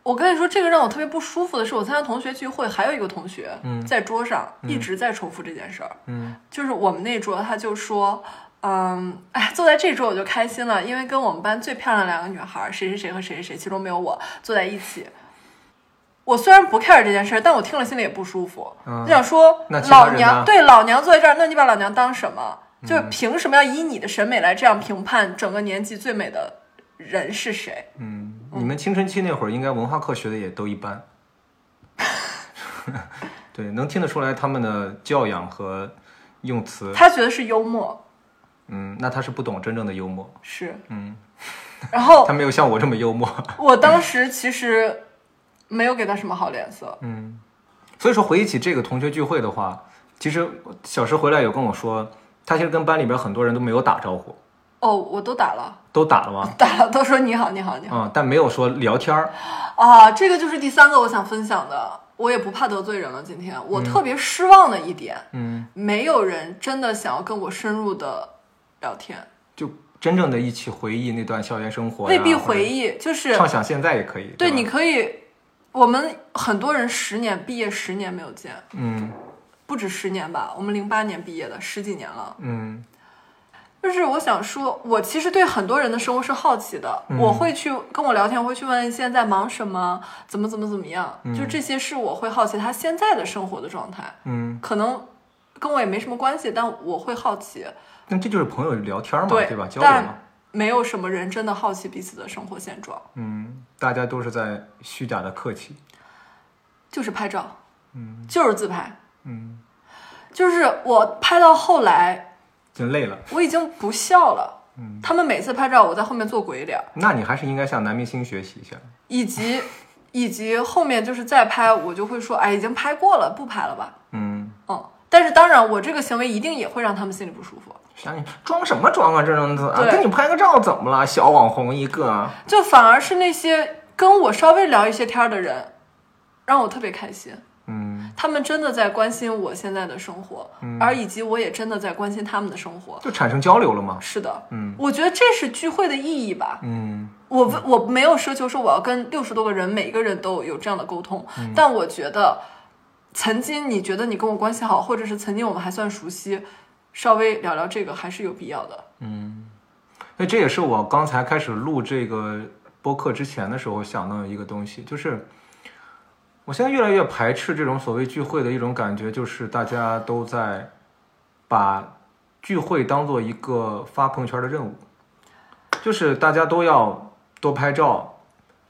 我跟你说，这个让我特别不舒服的是，我参加同学聚会，还有一个同学、
嗯
在桌上一直在重复这件事儿。
嗯
就是我们那桌，他就说，嗯，哎，坐在这桌我就开心了，因为跟我们班最漂亮的两个女孩，谁谁谁和谁谁谁，其中没有我，坐在一起。我虽然不 care 这件事儿，但我听了心里也不舒服，
嗯
就想说
那其他
老
人呢嗯
娘对老娘坐在这儿，那你把老娘当什么？就是凭什么要以你的审美来这样评判整个年级最美的人是谁？
嗯，你们青春期那会儿应该文化课学的也都一般， 对，能听得出来他们的教养和用词。
他觉得是幽默，
嗯，那他是不懂真正的幽默，
是，
嗯，
然后
他没有像我这么幽默。
我当时其实没有给他什么好脸色，
嗯，所以说回忆起这个同学聚会的话，其实小石回来有跟我说，他其实跟班里边很多人都没有打招呼，
哦，我都打了，
都打了吗？
打了，都说你好，你好，你好。
嗯，但没有说聊天儿。
啊，这个就是第三个我想分享的。我也不怕得罪人了。今天我特别失望的一点，
嗯，
没有人真的想要跟我深入的聊天，
就真正的一起回忆那段校园生活呀，
未必
或者
回忆，就是
畅想现在也可以。
对，
吧
你可以，我们很多人十年毕业十年没有见，
嗯
不止十年吧，我们零八年毕业的，十几年了。
嗯
就是我想说，我其实对很多人的生活是好奇的，
嗯
我会去跟我聊天，我会去问你现在在忙什么，怎么怎么怎么样，就这些是我会好奇他现在的生活的状态，
嗯，
可能跟我也没什么关系，但我会好奇，
那这就是朋友聊天嘛，
对
对吧？交流嘛
但。没有什么人真的好奇彼此的生活现状，
嗯，大家都是在虚假的客气。
就是拍照，
嗯，
就是自拍，
嗯，
就是我拍到后来，
就累了。
我已经不笑了，
嗯，
他们每次拍照，我在后面做鬼脸，
那你还是应该向男明星学习一下。
以及以及后面就是再拍，我就会说，哎，已经拍过了，不拍了吧。
嗯，
嗯，但是当然，我这个行为一定也会让他们心里不舒服，
想你装什么装啊，这种子啊，
对
跟你拍个照怎么了？小网红一个。啊
就反而是那些跟我稍微聊一些天儿的人，让我特别开心。
嗯，
他们真的在关心我现在的生活，而以及我也真的在关心他们的生活。
就产生交流了嘛。
是的，
嗯
我觉得这是聚会的意义吧。
嗯
我不我没有奢求说我要跟六十多个人每一个人都有这样的沟通，
嗯
但我觉得曾经你觉得你跟我关系好，或者是曾经我们还算熟悉，稍微聊聊这个还是有必要的。
嗯，那这也是我刚才开始录这个播客之前的时候想到的一个东西，就是我现在越来越排斥这种所谓聚会的一种感觉，就是大家都在把聚会当做一个发朋友圈的任务，就是大家都要多拍照，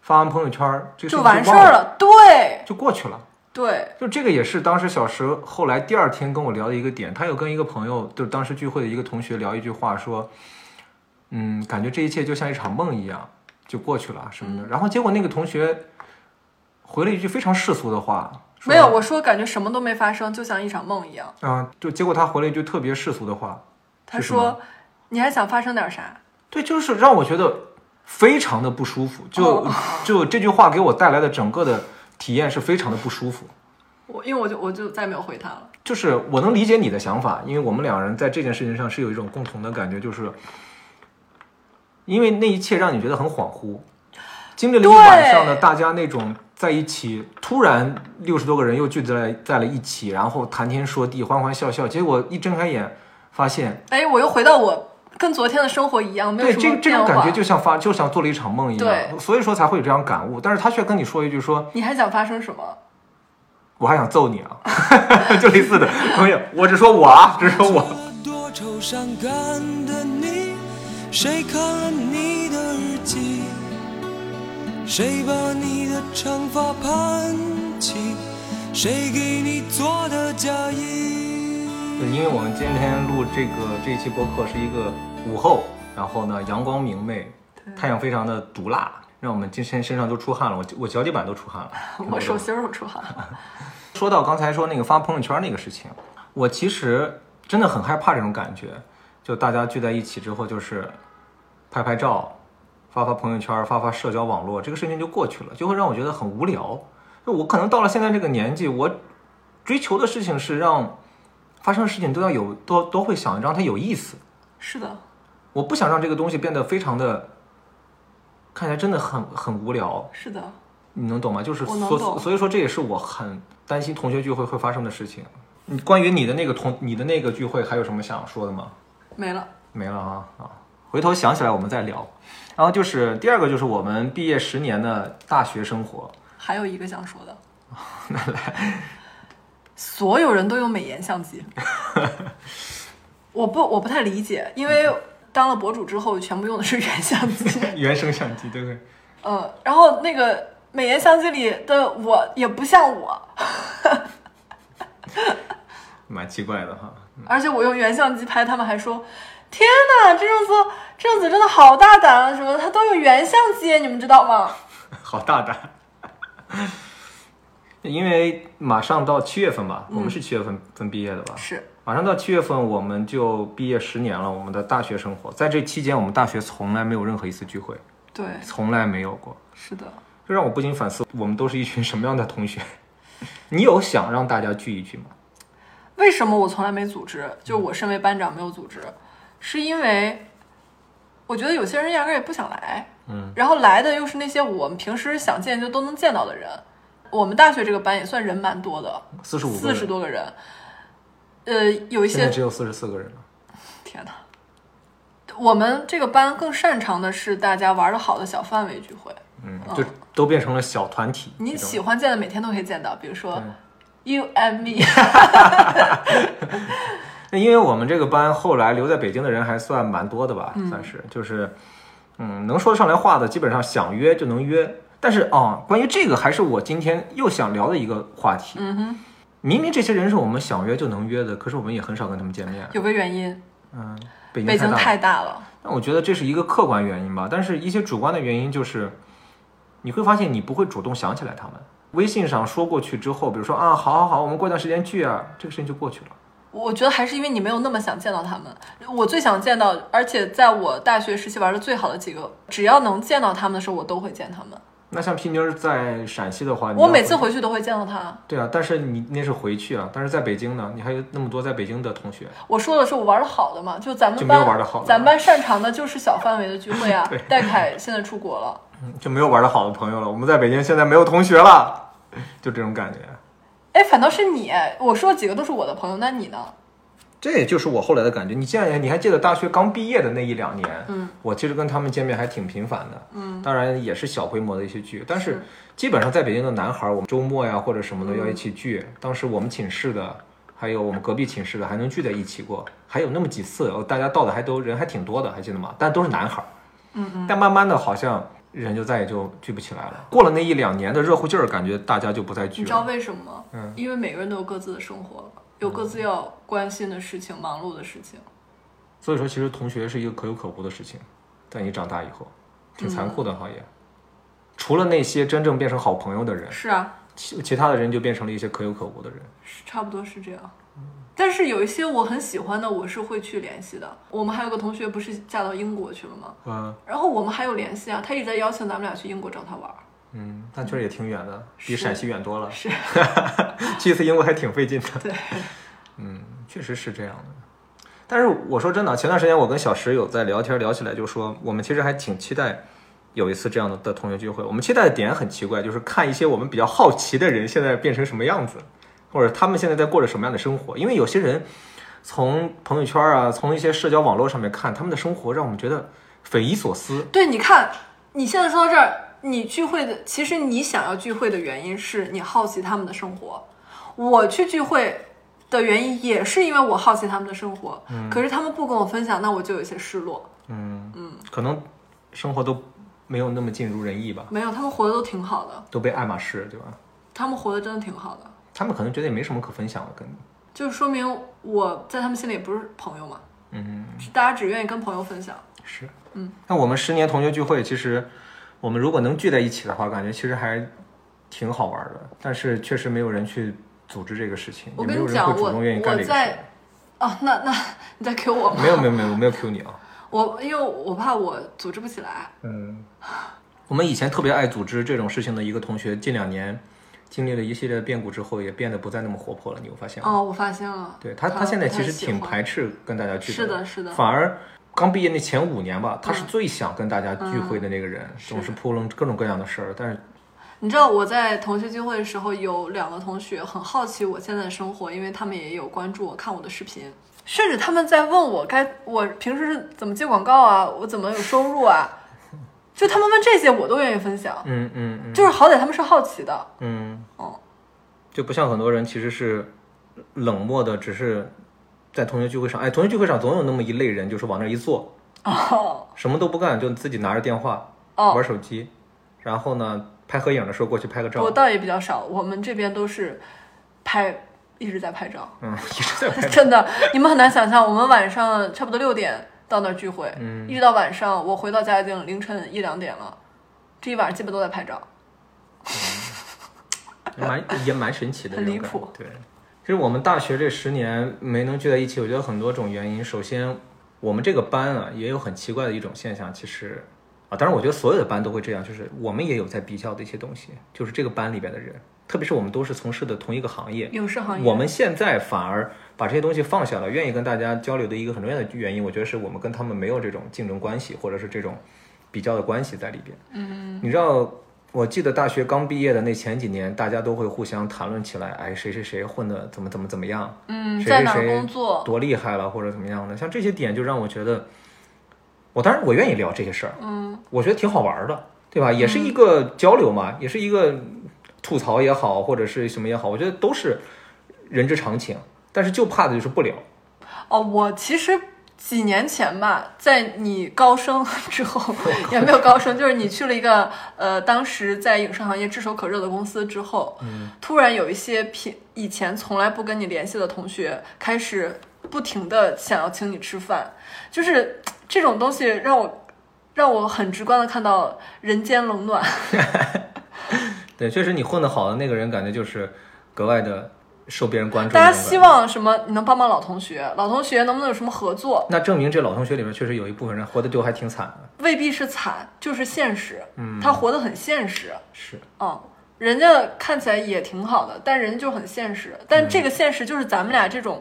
发完朋友圈这个事
就
情
完事
忘
儿
了，
了。对
就过去了。
对，
就这个也是当时小石后来第二天跟我聊的一个点，他有跟一个朋友，就是当时聚会的一个同学聊一句话说，嗯，感觉这一切就像一场梦一样就过去了什么
嗯
的。然后结果那个同学回了一句非常世俗的话，说
没有，我说感觉什么都没发生，就像一场梦一样。
嗯、就结果他回了一句特别世俗的话，
他
是什么
说：“你还想发生点啥
对，就是让我觉得非常的不舒服，就、
哦
就这句话给我带来的整个的体验是非常的不舒服。？”
我因为我就我就再没有回他了。
就是我能理解你的想法，因为我们两人在这件事情上是有一种共同的感觉，就是因为那一切让你觉得很恍惚，经历了一晚上的
对
大家那种在一起，突然六十多个人又聚在在了一起，然后谈天说地，欢欢笑笑，结果一睁开眼发现，
哎，我又回到我跟昨天的生活一样，没有
对
什么
这这
变
种
化。
感觉就像发就像做了一场梦一样，
对
所以说才会有这样感悟。但是他却跟你说一句说，
你还想发生什么？
我还想揍你啊， 就类似的，没有，我只说我啊，只说我。
这多愁善感的你，谁看了你的日记？谁把你的长发盘起？谁给你做的嫁衣？
对，因为我们今天录这个这一期播客是一个午后，然后呢阳光明媚，太阳非常的毒辣，让我们今天身上都出汗了，我我脚底板都出 汗了。
我手心儿都出汗了。
说到刚才说那个发朋友圈那个事情，我其实真的很害怕这种感觉，就大家聚在一起之后，就是拍拍照，发发朋友圈，发发社交网络，这个事情就过去了，就会让我觉得很无聊。就我可能到了现在这个年纪，我追求的事情是让发生的事情都要有都都会想让它有意思，
是的，
我不想让这个东西变得非常的看起来真的很很无聊，
是的，
你能懂吗？就是
我能
所
懂
所以说这也是我很担心同学聚会会发生的事情。你关于你的那个同你的那个聚会还有什么想说的吗？
没了。
没了啊啊！回头想起来我们再聊。然后就是第二个就是我们毕业十年的大学生活，
还有一个想说的，所有人都用美颜相机，我不我不太理解，因为当了博主之后，全部用的是原相机，
原生相机对不对？
嗯，然后那个美颜相机里的我也不像我，
蛮奇怪的哈。
而且我用原相机拍，他们还说。天哪，这种子这种子真的好大胆啊！什么的，他都用原相机，你们知道吗？
好大胆。 因为马上到七月份吧，我们是七月份份毕业的吧？
是
马上到七月份，我们就毕业十年了。我们的大学生活，在这期间，我们大学从来没有任何一次聚会，
对，
从来没有过。
是的，
这让我不禁反思，我们都是一群什么样的同学？ 你有想让大家聚一聚吗？
为什么我从来没组织？
嗯
就我身为班长没有组织，是因为我觉得有些人压根儿也不想来，
嗯，
然后来的又是那些我们平时想见就都能见到的人。我们大学这个班也算人蛮多的，
四十五个
四
人，
十多个人，呃，有一
现在
些
只有四十四个人了。
天哪，我们这个班更擅长的是大家玩的好的小范围聚会，
嗯，就都变成了小团体。
哦你
这种
喜欢见的每天都可以见到，比如说 you and me，
那因为我们这个班后来留在北京的人还算蛮多的吧，算是就是，嗯，能说得上来话的，基本上想约就能约。但是啊、关于这个还是我今天又想聊的一个话题。
嗯哼，
明明这些人是我们想约就能约的，可是我们也很少跟他们见面。
有个原因，
嗯，北京
北京
大了
太大了。
但我觉得这是一个客观原因吧，但是一些主观的原因就是，你会发现你不会主动想起来他们。微信上说过去之后，比如说啊，好好好，我们过段时间聚啊，这个事情就过去了。
我觉得还是因为你没有那么想见到他们。我最想见到，而且在我大学时期玩的最好的几个，只要能见到他们的时候，我都会见他们。
那像皮妞儿在陕西的话，你
我
要
每次回去都会见到他。
对啊，但是你那是回去啊，但是在北京呢，你还有那么多在北京的同学，
我说的是我玩的好的嘛，就咱
就
们
没有
班
玩得好的
咱们班擅长的就是小范围的聚会啊
对。
戴凯现在出国了，
就没有玩的好的朋友了。我们在北京现在没有同学了，就这种感觉。
哎，反倒是你，我说的几个都是我的朋友，那你呢？
这也就是我后来的感觉。你现在你还记得大学刚毕业的那一两年，嗯，我其实跟他们见面还挺频繁的，嗯，当然也是小规模的一些聚，但是嗯基本上在北京的男孩儿，我们周末呀或者什么的要一起聚。当时我们寝室的，还有我们隔壁寝室的，还能聚在一起过，还有那么几次，哦大家到的还都人还挺多的，还记得吗？但都是男孩，嗯嗯，但慢慢的好像。人就再也就聚不起来了。过了那一两年的热乎劲儿，感觉大家就不再聚
你
了。
知道为什么吗？
嗯
因为每个人都有各自的生活，有各自要关心的事情、忙碌的事情。
所以说，其实同学是一个可有可无的事情，在你长大以后，挺残酷的行业。除了那些真正变成好朋友的人，
是啊，
其其他的人就变成了一些可有可无的人。
是差不多是这样。但是有一些我很喜欢的，我是会去联系的。我们还有个同学不是嫁到英国去了吗？
嗯
然后我们还有联系啊，他一直在邀请咱们俩去英国找他玩儿。
嗯，但确实也挺远的，比
是
陕西远多了。
是，
去一次英国还挺费劲的。嗯
对，
确实是这样的。但是我说真的，前段时间我跟小石有在聊天，聊起来就说我们其实还挺期待有一次这样的的同学聚会。我们期待的点很奇怪，就是看一些我们比较好奇的人现在变成什么样子，或者他们现在在过着什么样的生活。因为有些人从朋友圈啊，从一些社交网络上面看他们的生活，让我们觉得匪夷所思。
对，你看，你现在说到这儿，你聚会的，其实你想要聚会的原因是你好奇他们的生活。我去聚会的原因也是因为我好奇他们的生活，可是他们不跟我分享，那我就有些失落。
嗯嗯，可能生活都没有那么尽如人意吧，
没有，他们活得都挺好的，
都被爱马仕对吧？
他们活得真的挺好的，
他们可能觉得也没什么可分享的，跟你。
就说明我在他们心里也不是朋友嘛。
嗯。
大家只愿意跟朋友分享。
是，
嗯，
那我们十年同学聚会，其实我们如果能聚在一起的话，感觉其实还挺好玩的。但是确实没有人去组织这个事情，
我
也没
跟
有
你
人会
讲，
主
我
动愿意干这
我
个事
在。哦，那那你在 Q 我吗？
情。没有没有没有，我没有 Q 你啊。
我因为我怕我组织不起来。
嗯，我们以前特别爱组织这种事情的一个同学，近两年经历了一系列的变故之后，也变得不再那么活泼了。你有发现吗？
哦，我发现了。
对他，
他
他现在其实
啊不太喜
挺
欢
排斥跟大家聚
是
的
的，是的。嗯
反而刚毕业那前五年吧，他是最想跟大家聚会的那个人，总是扑棱各种各样的事儿，但是
哦你知道我在同学聚会的时候，有两个同学很好奇我现在的生活，因为他们也有关注我看我的视频，甚至他们在问我该我平时是怎么接广告啊，我怎么有收入啊，就他们问这些我都愿意分享，
嗯嗯嗯，
就是好歹他们是好奇的。
嗯，
哦，
就不像很多人其实是冷漠的，只是在同学聚会上，哎，同学聚会上总有那么一类人，就是往那儿一坐，
哦
什么都不干，就自己拿着电话、
哦，
玩手机，然后呢，拍合影的时候过去拍个照
我，倒也比较少，我们这边都是拍，一直在拍照，
嗯， 一直在拍照，
真的，你们很难想象，我们晚上差不多六点到那儿聚会，
嗯
一直到晚上，我回到家已经凌晨一两点了，这一晚上基本都在拍照。
蛮也蛮神奇的，
很
这种
离
感
谱
对，其实我们大学这十年没能聚在一起，我觉得很多种原因。首先，我们这个班啊，也有很奇怪的一种现象，其实啊，当然我觉得所有的班都会这样，就是我们也有在比较的一些东西，就是这个班里边的人，特别是我们都是从事的同一个行业，
影视行业，
我们现在反而把这些东西放下了，愿意跟大家交流的一个很重要的原因，我觉得是我们跟他们没有这种竞争关系，或者是这种比较的关系在里边。嗯，你知道，我记得大学刚毕业的那前几年，大家都会互相谈论起来，哎，谁谁谁混的怎么怎么怎么样，
嗯，
谁
在
谁
哪儿
谁
工作？
多厉害了或者怎么样的，像这些点就让我觉得，我当然我愿意聊这些事儿，嗯，我觉得挺好玩儿的，对吧？也是一个交流嘛，也是一个吐槽也好，或者是什么也好，我觉得都是人之常情。但是就怕的就是不聊，
哦，我其实几年前吧，在你高升之后，也没有高升，就是你去了一个呃，当时在影视行业炙手可热的公司之后，突然有一些平以前从来不跟你联系的同学开始不停的想要请你吃饭，就是这种东西让我让我很直观的看到人间冷暖。
对，确实你混得好的那个人，感觉就是格外的受别人关注。
大家希。望什么？你能帮帮老同学，老同学能不能有什么合作？
那证明这老同学里面确实有一部分人活得就还挺惨的，
未必是惨，就是现实。
嗯
他活得很现实。
是
嗯，人家看起来也挺好的，但人家就很现实。但
嗯
这个现实就是咱们俩这种，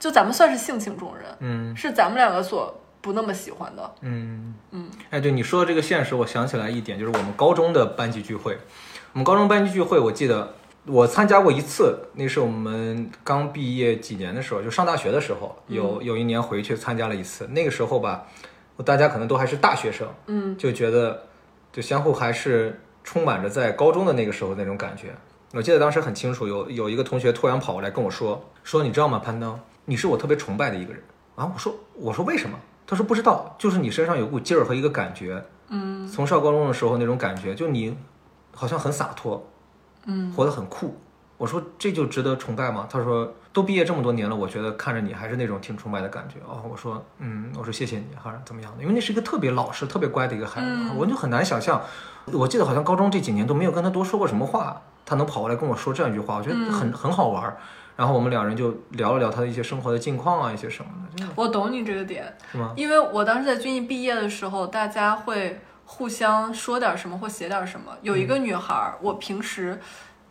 就咱们算是性情中人，
嗯
是咱们两个所不那么喜欢的。
嗯
嗯，
哎，对你说的这个现实，我想起来一点，就是我们高中的班级聚会。我们高中班级聚会，我记得我参加过一次，那是我们刚毕业几年的时候，就上大学的时候，有有一年回去参加了一次。那个时候吧，我大家可能都还是大学生，
嗯，
就觉得就相互还是充满着在高中的那个时候那种感觉。我记得当时很清楚，有有一个同学突然跑过来跟我说：“说你知道吗，攀登，你是我特别崇拜的一个人啊！”我说：“我说为什么？”他说：“不知道，就是你身上有股劲儿和一个感觉，嗯，从上高中的时候那种感觉，就你好像很洒脱，嗯，活得很酷。”我说：“这就值得崇拜吗？”他说：“都毕业这么多年了，我觉得看着你还是那种挺崇拜的感觉。”哦，我说：“嗯，我说谢谢你，还是怎么样的？因为那是一个特别老实、特别乖的一个孩子，我就很难想象我记得好像高中这几年都没有跟他多说过什么话，他能跑过来跟我说这样一句话，我觉得很、很好玩儿。然后我们两人就聊了聊他的一些生活的近况啊，一些什么的，就是
我懂你这个点，
是吗？
因为我当时在军艺毕业的时候，大家会互相说点什么或写点什么。有
嗯
一个女孩儿，我平时。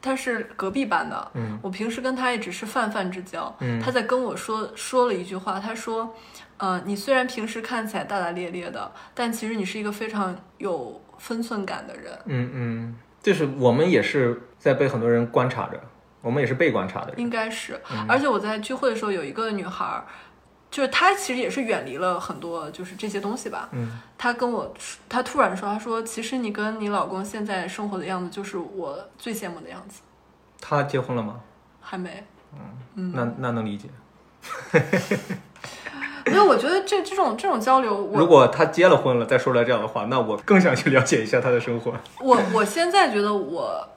她是隔壁班的，
嗯
我平时跟她也只是泛泛之交。
嗯
她在跟我说说了一句话，她说：“呃，你虽然平时看起来大大咧咧的，但其实你是一个非常有分寸感的人，
嗯嗯，就是我们也是在被很多人观察着，我们也是被观察的人。
应该是。
嗯
而且我在聚会的时候，有一个女孩儿，就是她其实也是远离了很多就是这些东西吧。
嗯
她跟我说，她突然说，她说其实你跟你老公现在生活的样子，就是我最羡慕的样子。
他结婚了吗？
还没，
那那能理解。
因为我觉得这这种这种交流，我
如果他结了婚了再说出来这样的话，那我更想去了解一下他的生活。
我我现在觉得我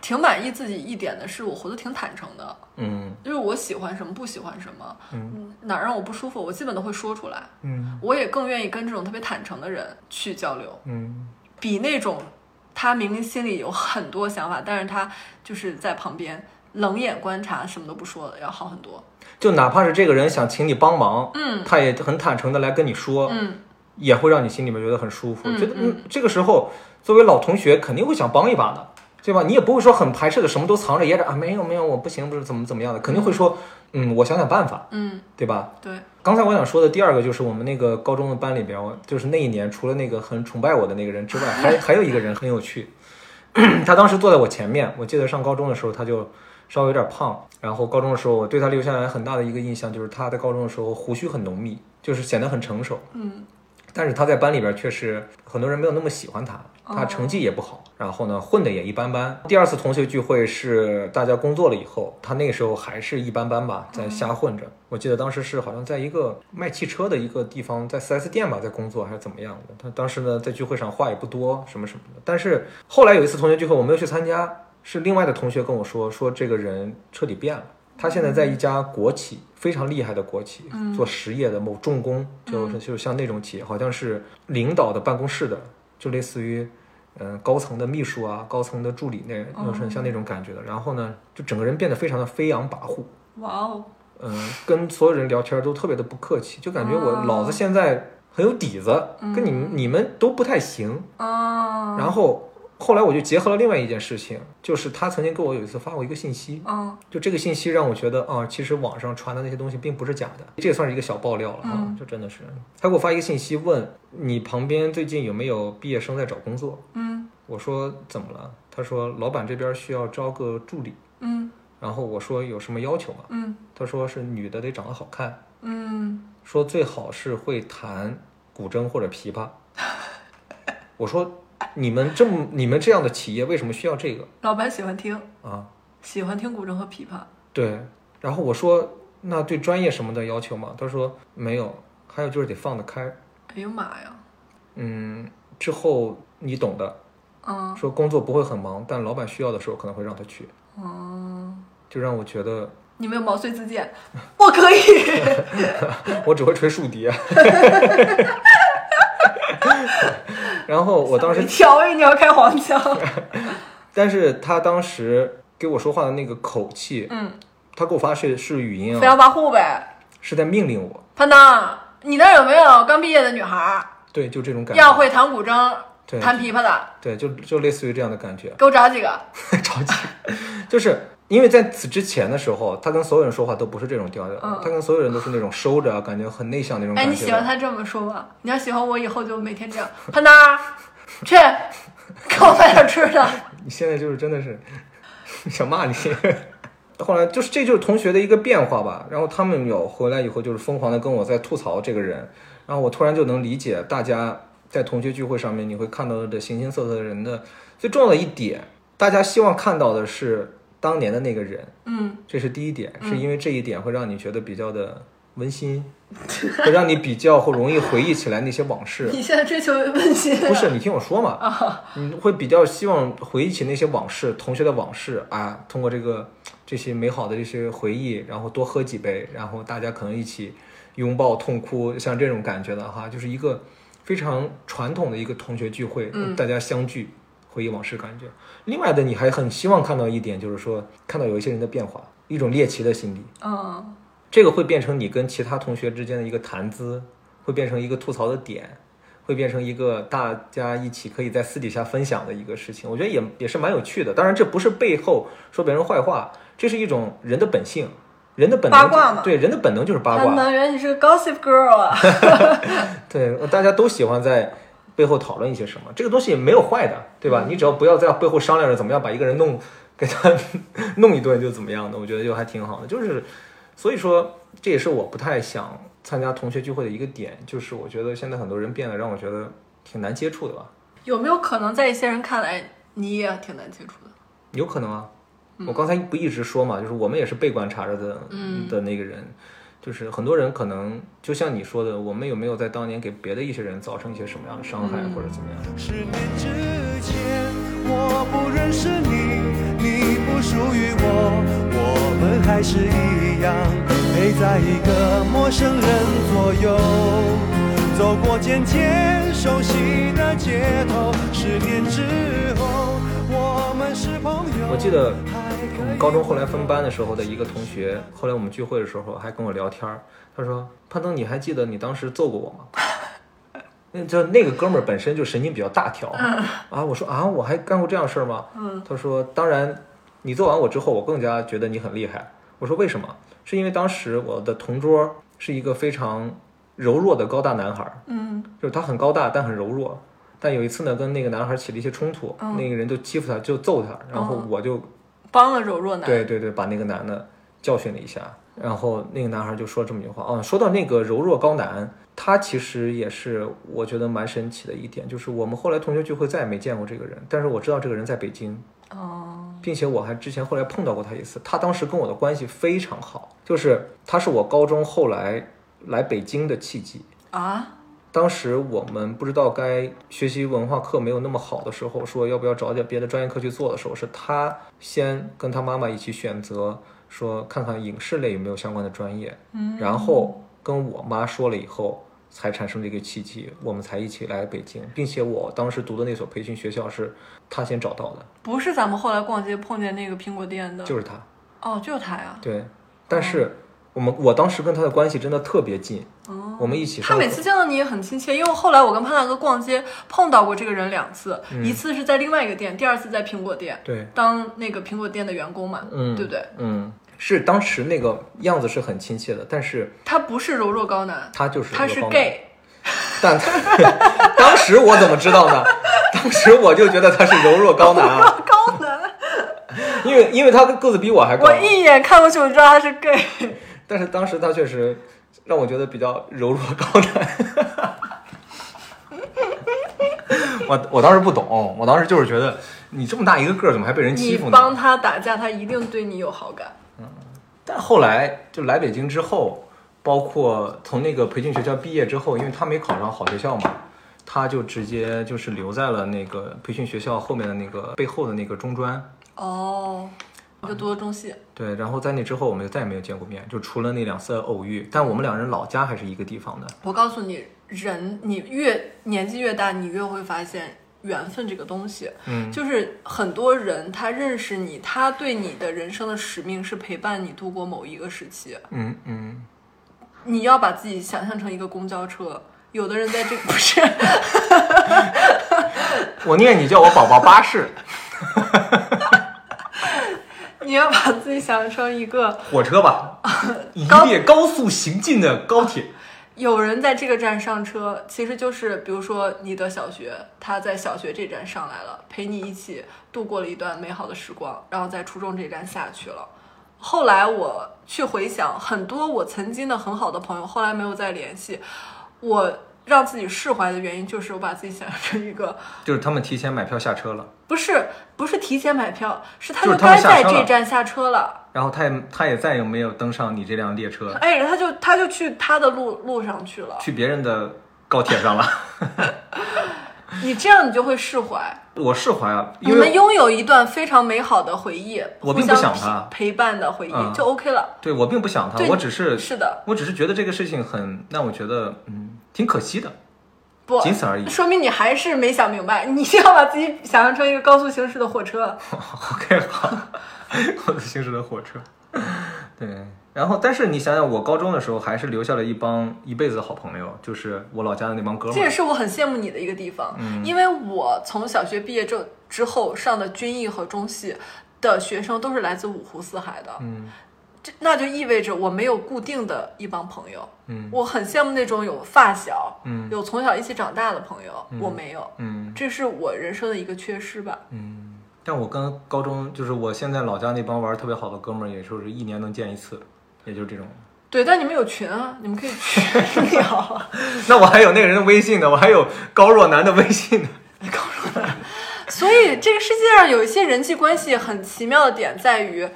挺满意自己一点的是，我活得挺坦诚的。
嗯
就是我喜欢什么，不喜欢什么，
嗯
哪儿让我不舒服，我基本都会说出来。
嗯
我也更愿意跟这种特别坦诚的人去交流，
嗯
比那种他明明心里有很多想法，但是他就是在旁边冷眼观察，什么都不说的要好很多。
就哪怕是这个人想请你帮忙，
嗯
他也很坦诚的来跟你说，
嗯，
也会让你心里面觉得很舒服。
嗯
觉得
嗯
嗯，这个时候作为老同学肯定会想帮一把的，对吧？你也不会说很排斥的，什么都藏着掖着啊，没有没有，我不行，不是怎么怎么样的，肯定会说，嗯，我想想办法，
嗯，
对吧？
对，
刚才我想说的第二个就是我们那个高中的班里边，我就是那一年除了那个很崇拜我的那个人之外，还还有一个人很有趣， 他当时坐在我前面，我记得上高中的时候他就稍微有点胖，然后高中的时候我对他留下来很大的一个印象就是他在高中的时候胡须很浓密，就是显得很成熟，
嗯
但是他在班里边确实很多人没有那么喜欢他，他成绩也不好，然后呢混的也一般般。第二次同学聚会是大家工作了以后，他那个时候还是一般般吧，在瞎混着。我记得当时是好像在一个卖汽车的一个地方，在 4S 店吧，在工作还是怎么样的。他当时呢在聚会上话也不多，什么什么的。但是后来有一次同学聚会我没有去参加，是另外的同学跟我说，说这个人彻底变了。他现在在一家国企，非常厉害的国企，做实业的某重工，就是就是像那种企业，好像是领导的办公室的，就类似于嗯、高层的秘书啊、高层的助理那那种像那种感觉的。然后呢，就整个人变得非常的飞扬跋扈，
哇哦，
嗯、跟所有人聊天都特别的不客气，就感觉我
啊
老子现在很有底子，跟你们你们都不太行。
啊，
然后后来我就结合了另外一件事情，就是他曾经给我有一次发过一个信息，
嗯
就这个信息让我觉得啊、其实网上传的那些东西并不是假的，这也算是一个小爆料了啊，
嗯
就真的是。他给我发一个信息问你旁边最近有没有毕业生在找工作？
嗯
我说怎么了？他说老板这边需要招个助理，
嗯
然后我说有什么要求吗？
嗯
他说是女的得长得好看，
嗯，
说最好是会弹古筝或者琵琶。 我说你们这么你们这样的企业为什么需要这个
老板喜欢听，
啊？
喜欢听古筝和琵琶，
对，然后我说那对专业什么的要求吗？他说没有，还有就是得放得开，
哎呦妈呀，
嗯，之后你懂的。
嗯
说工作不会很忙，但老板需要的时候可能会让他去，
嗯，
就让我觉得
你没有毛遂 自荐，我可以，
我只会吹竖笛。啊 然后我当时
吓一跳，我以为你要开黄腔，
但是他当时给我说话的那个口气，
嗯，
他给我发是是语音
飞扬
啊，
跋扈呗。
是在命令我，
潘娜，你那儿有没有刚毕业的女孩儿
对，就这种感觉，
要会弹古筝、
对
弹琵琶的？
对，就就类似于这样的感觉，
给我找几个。
着急， 就是因为在此之前的时候，他跟所有人说话都不是这种调调，
嗯
他跟所有人都是那种收着，啊感觉很内向那种感
哎，
觉。
你喜欢他这么说吗？你要喜欢我，以后就每天这样。潘达，去 给我买点吃的。
你现在 就是真的是 想骂你。 后来就是这就是同学的一个变化吧，然后他们有回来以后就是疯狂的跟我在吐槽这个人，然后我突然就能理解大家在同学聚会上面你会看到的形形色色的人的最重要的一点，大家希望看到的是当年的那个人，
嗯，
这是第一点，是因为这一点会让你觉得比较的温馨，会让你比较会容易回忆起来那些往事。
你现在追求温馨 啊。
不是，你听我说嘛， 你会比较希望回忆起那些往事，同学的往事啊，通过这个这些美好的这些回忆，然后多喝几杯，然后大家可能一起拥抱痛哭，像这种感觉的哈，就是一个非常传统的一个同学聚会，
嗯
大家相聚回忆往事感觉。另外的，你还很希望看到一点，就是说看到有一些人的变化，一种猎奇的心理，
嗯
这个会变成你跟其他同学之间的一个谈资，会变成一个吐槽的点，会变成一个大家一起可以在私底下分享的一个事情。我觉得也也是蛮有趣的。当然，这不是背后说别人坏话，这是一种人的本性，人的本能
八卦嘛
对人的本能就是八
潘
卦。
达，原来你是个 gossip girl 啊。
对，大家都喜欢在背后讨论一些什么，这个东西也没有坏的，对
嗯
吧？你只要不要在背后商量着怎么样把一个人弄给他 弄一顿就怎么样的，我觉得就还挺好的。就是所以说，这也是我不太想参加同学聚会的一个点，就是我觉得现在很多人变得让我觉得挺难接触的吧，
有没有可能在一些人看来，你也挺难接触的？
有可能啊。我刚才不一直说嘛，就是我们也是被观察着的、
嗯
的那个人，就是很多人可能就像你说的，我们有没有在当年给别的一些人造成一些什么样的伤害
嗯
或者怎么样？
十年之前，我不认识你，你不属于我，我们还是一样陪在一个陌生人左右，走过渐渐熟悉的街头。十年之后，我们是朋友。
我记得
还
我
可以
们高中后来分班的时候的一个同学，后来我们聚会的时候还跟我聊天儿，他说：“攀登，你还记得你当时揍过我吗？” 那就那个哥们儿本身就神经比较大条
嗯
啊，我说啊，我还干过这样事儿吗？他说：“当然，你揍完我之后，我更加觉得你很厉害。”我说：“为什么？是因为当时我的同桌是一个非常柔弱的高大男孩儿，
嗯
就是他很高大，但很柔弱。但有一次呢，跟那个男孩起了一些冲突，
嗯
那个人就欺负他，就揍他，然后
嗯
我就
帮了柔弱男。
对对对，把那个男的教训了一下，然后那个男孩就说这么一句话。哦，说到那个柔弱高男，他其实也是我觉得蛮神奇的一点，就是我们后来同学聚会再也没见过这个人，但是我知道这个人在北京，
哦，
并且我还之前后来碰到过他一次，他当时跟我的关系非常好，就是他是我高中后来来北京的契机。
啊，
当时我们不知道该学习文化课没有那么好的时候，说要不要找点别的专业课去做的时候，是他先跟他妈妈一起选择，
嗯
说看看影视类有没有相关的专业，然后跟我妈说了以后，才产生了一个契机，我们才一起来北京，并且我当时读的那所培训学校是他先找到的，
不是咱们后来逛街碰见那个苹果店的，
就是他。
哦，就是他呀。
对，但是我们我当时跟他的关系真的特别近，
哦，
我们一起
他
上
每次见到你也很亲切，因为后来我跟潘大哥逛街碰到过这个人两次，
嗯
一次是在另外一个店，第二次在苹果店，
对，
当那个苹果店的员工嘛，
嗯，
对不对？？
嗯，是当时那个样子是很亲切的，但是
他不是柔弱高男，
他就是
他
一个
是
方面
gay，
但他 当时我怎么知道呢？ 当时我就觉得他是柔弱高男啊，
高男，
因为因为他个子比我还高啊
我，一眼看过去我就知道他是 gay，
但是当时他确实让我觉得比较柔弱高男。 我我当时不懂，我当时就是觉得你这么大一个个儿，怎么还被人欺
你
负呢？
帮他打架，他一定对你有好感。
但后来就来北京之后，包括从那个培训学校毕业之后，因为他没考上好学校嘛，他就直接就是留在了那个培训学校后面的那个背后的那个中专。
哦，你就读的中戏，
对，然后在那之后，我们就再也没有见过面，就除了那两次偶遇，但我们两人老家还是一个地方的。
我告诉你，人你越年纪越大，你越会发现缘分这个东西。
嗯，
就是很多人他认识你，他对你的人生的使命是陪伴你度过某一个时期。
嗯嗯，
你要把自己想象成一个公交车，有的人在这 不是，
我念你叫我宝宝巴士，
你要把自己想象成一个
火车吧，一
高
列高速行进的高铁。
有人在这个站上车，其实就是比如说你的小学，他在小学这站上来了，陪你一起度过了一段美好的时光，然后在初中这站下去了。后来我去回想，很多我曾经的很好的朋友，后来没有再联系。我让自己释怀的原因，就是我把自己想象成一个
就是他们提前买票下车了，
不是不是提前买票，是他
就
就是
他们
该
下
在
车
这
了
站下车了。
然后他也他也再也没有登上你这辆列车，
哎，他就他就去他的路路上去了。
去别人的高铁上了。
你这样你就会释怀。
我释怀啊，
你
因
们
为
拥有一段非常美好的回忆，
我
互
并
相
不想他
陪伴的回忆、
嗯
就 OK 了。
对我并不想他
对，
我只是
是的，
我只是觉得这个事情很让我觉得嗯挺可惜的，
不，
仅此而已。
说明你还是没想明白，你要把自己想象成一个高速行驶的火车。
OK 好， 我的行驶的火车。 对，然后但是你想想，我高中的时候还是留下了一帮一辈子的好朋友，就是我老家的那帮哥们
这也
儿。
是我很羡慕你的一个地方，
嗯
因为我从小学毕业之之后上的军艺和中戏的学生都是来自五湖四海的，
嗯
这那就意味着我没有固定的一帮朋友。
嗯
我很羡慕那种有发小、
嗯
有从小一起长大的朋友，我没有，
嗯
这是我人生的一个缺失吧。
嗯。但我跟高中就是我现在老家那帮玩儿特别好的哥们儿，也就是一年能见一次，也就这种。
对，但你们有群啊，你们可以群聊。
那我还有那个人的微信呢，我还有高若楠的微信呢。
所以这个世界上有一些人际关系很奇妙的点在于，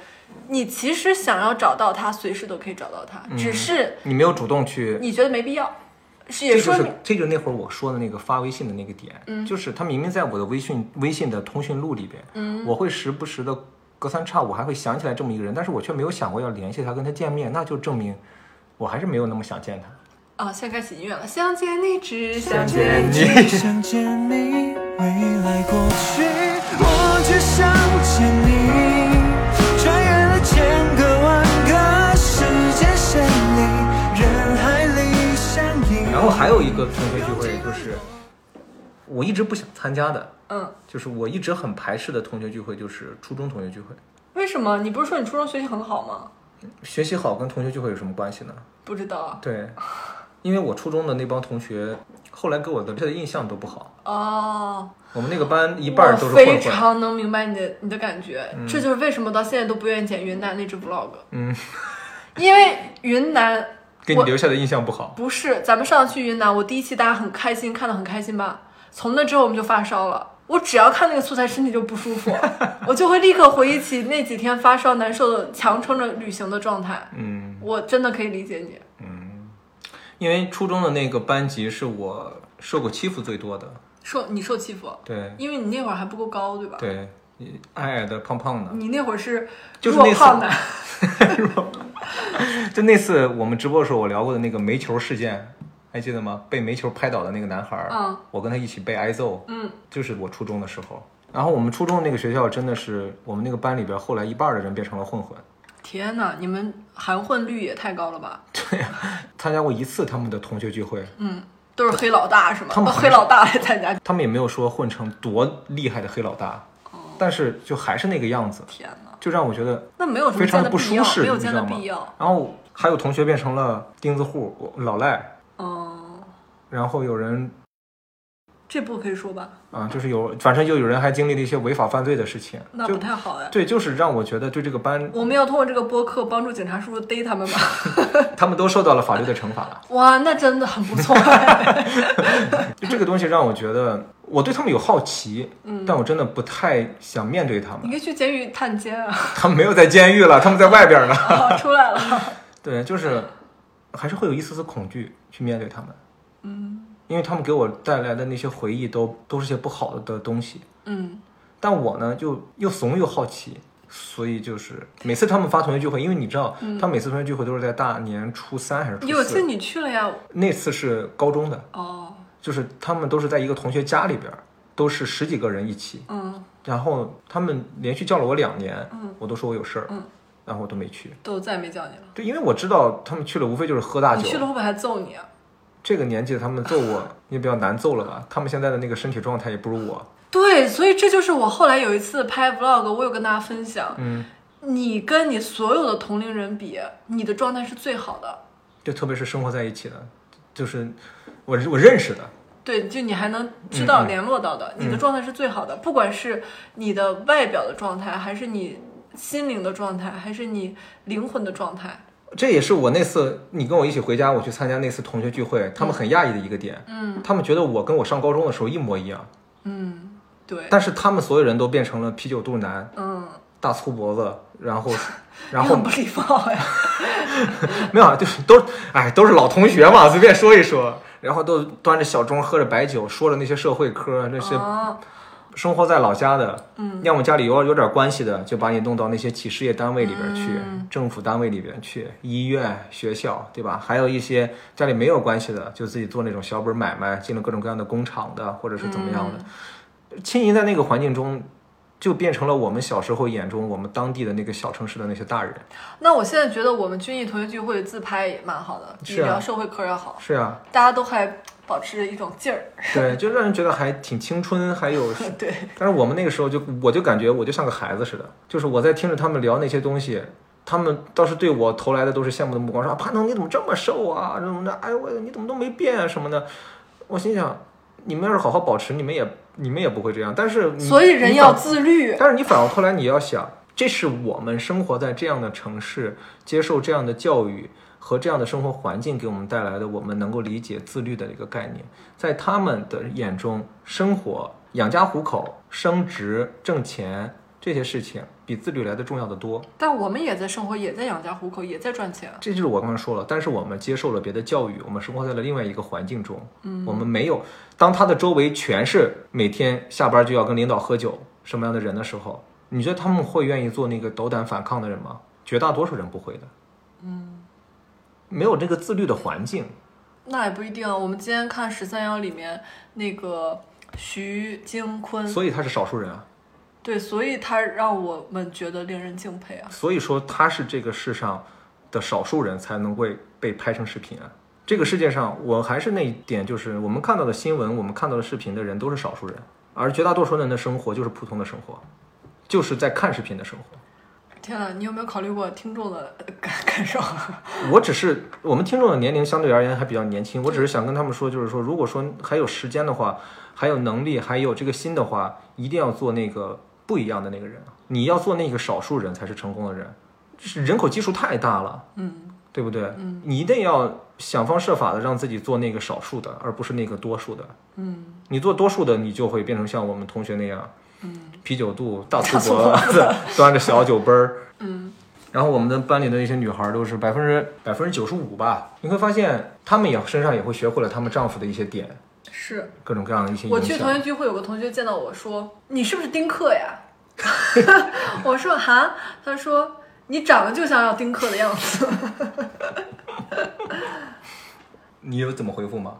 你其实想要找到他，随时都可以找到他，只
嗯
是
你没有主动去，
你觉得没必要，是也
这就
说嗯
是
明
这就是那会儿我说的那个发微信的那个点，就是他明明在我的微信微信的通讯录里边，
嗯
我会时不时的隔三差五还会想起来这么一个人，但是我却没有想过要联系他跟他见面，那就证明我还是没有那么想见他。
啊，现在开始音乐了，想见你，只想见。
见你，
想见你，未来过去，我只想见你。穿越了千个万个时间线里，人海里相依。
然后还有一个同学聚会，就是我一直不想参加的，
嗯，
就是我一直很排斥的同学聚会，就是初中同学聚会。
为什么？你不是说你初中学习很好吗？
学习好跟同学聚会有什么关系呢？
不知道啊。
对，因为我初中的那帮同学，后来给我的留下的印象都不好。
哦，
我们那个班一半儿都是
我非
混混，
常能明白你的你的感觉，这就是为什么到现在都不愿意剪云南那支 vlog。
嗯，
因为云南
给你留下的印象不好。
不是咱们上次去云南，我第一期大家很开心，看得很开心吧？从那之后我们就发烧了。我只要看那个素材，身体就不舒 服，我就会立刻回忆起那几天发烧难受的、强撑着旅行的状态。
嗯
我真的可以理解你。
嗯，因为初中的那个班级是我受过欺负最多的，
受你受欺负，
对
因为你那会儿还不够高，对吧？
对，你矮矮的胖胖的。
你那会儿是
就是
弱
那次
胖男，
就那次我们直播的时候，我聊过的那个煤球事件，还记得吗？被煤球拍倒的那个男孩儿，
嗯
我跟他一起被挨揍，
嗯，
就是我初中的时候。然后我们初中那个学校真的是，我们那个班里边后来一半儿的人变成了混混，
天哪，你们含混率也太高了吧？
参加过一次他们的同学聚会，
都是黑老大是吗？
他们
都
好像
黑老大来参加，
他们也没有说混成多厉害的黑老大，但是就还是那个样子，
天哪，
就让我觉得
那没有什
非
么
常的
见的
不
必
舒
要，
适，
没有
你
见
知
的
道吗
必要。？
然后还有同学变成了钉子户、我老赖，
嗯，
然后有人
这不可以说吧？
啊，就是有，反正就有人还经历了一些违法犯罪的事情，
那
就
不太好哎。
对，就是让我觉得对这个班，
我们要通过这个播客帮助警察叔叔逮他们吗？
他们都受到了法律的惩罚了。
哇，那真的很不错、 哎。
就这个东西让我觉得，我对他们有好奇，
嗯
但我真的不太想面对他
你
们。
可以去监狱探监啊！
他们没有在监狱了，他们在外边呢。
哦，出来了。
对，就是还是会有一丝丝恐惧去面对他们。嗯，因为他们给我带来的那些回忆都都是些不好的东西，
嗯，
但我呢就又怂又好奇。所以就是每次他们发同学聚会，因为你知道，他们每次同学聚会都是在大年初三还是初
有次
四，
嗯你去了呀？
那次是高中的，
哦，
就是他们都是在一个同学家里边儿，都是十几个人一起，
嗯，
然后他们连续叫了我两年，我都说我有事儿，
嗯
然后我都没去。
都再也没叫你了。
对，因为我知道他们去了，无非就是喝大
你
酒
去。了会不会还揍你啊？
这个年纪他们揍 我也比较难揍了吧？他们现在的那个身体状态也不如我。
对，所以这就是我后来有一次拍 vlog，我有跟大家分享，
嗯，
你跟你所有的同龄人比，你的状态是最好的。
就特别是生活在一起的，就是我我认识的，
对，就你还能知道
嗯嗯
联络到的，你的状态是最好的，不管是你的外表的状态，还是你心灵的状态，还是你灵魂的状态。
这也是我那次你跟我一起回家，我去参加那次同学聚会，他们很讶异的一个点。
嗯，
他们觉得我跟我上高中的时候一模一样，
嗯，对，
但是他们所有人都变成了啤酒肚腩、
嗯，
大粗脖子，然 后然
你
后
很不礼貌呀。
没有，啊，就是都哎都是老同学嘛，随便说一说，然后都端着小盅喝着白酒，说了那些社会科那些
啊，
生活在老家的，嗯，要么家里有有点关系的，就把你弄到那些企事业单位里边去，政府单位里边去，医院、学校，对吧？还有一些家里没有关系的，就自己做那种小本买卖，进了各种各样的工厂的，或者是怎么样的，浸淫在那个环境中，就变成了我们小时候眼中我们当地的那个小城市的那些大人。
那我现在觉得我们军艺同学聚会自拍也蛮好的，比
是啊
聊社会科要好，
是啊，
大家都还保持着一种劲儿。
对，就让人觉得还挺青春，还有
对，
但是我们那个时候就，我就感觉我就像个孩子似的，就是我在听着他们聊那些东西，他们倒是对我投来的都是羡慕的目光，说啊，潘腾你怎么这么瘦啊， 什么的，哎呦我你怎么都没变啊什么的。我心想，你们要是好好保持，你们也你们也不会这样。但是你
所以人
嗯你
要
反
自律。
但是你反过头来，你要想，这是我们生活在这样的城市，接受这样的教育和这样的生活环境给我们带来的，我们能够理解自律的一个概念。在他们的眼中，生活、养家糊口、升职、挣钱这些事情，比自律来的重要的多。
但我们也在生活，也在养家糊口，也在赚钱。
这就是我刚刚说了，但是我们接受了别的教育，我们生活在了另外一个环境中，嗯，我们没有当他的周围全是每天下班就要跟领导喝酒什么样的人的时候，你觉得他们会愿意做那个斗胆反抗的人吗？绝大多数人不会的，嗯，没有这个自律的环境，
那也不一定啊。我们今天看《十三幺》里面那个徐京坤，
所以他是少数人啊，
对，所以他让我们觉得令人敬佩啊。
所以说他是这个世上的少数人才能会被拍成视频啊。这个世界上，我还是那一点，就是我们看到的新闻，我们看到的视频的人都是少数人，而绝大多数人的生活就是普通的生活，就是在看视频的生活。
天啊呐，你有没有考虑过听众的呃感 感受？
我只是我们听众的年龄相对而言还比较年轻，我只是想跟他们说，就是说，如果说还有时间的话，还有能力，还有这个心的话，一定要做那个不一样的那个人啊。你要做那个少数人才是成功的人，是人口基数太大了。
嗯，
对不对？你一定要想方设法的让自己做那个少数的，而不是那个多数的。嗯，你做多数的，你就会变成像我们同学那样，嗯，啤酒肚、大粗脖子，端着小酒杯儿。嗯，然后我们的班里的一些女孩儿都是百分之百分之九十五吧，你会发现她们也身上也会学会了她们丈夫的一些点，
是
各种各样的一些
我
影
去同学
响。
聚会，有个同学见到我说：“你是不是丁克 呀？”我说：“哈。”他说：“你长得就像要丁克的样子。”
你有怎么回复吗？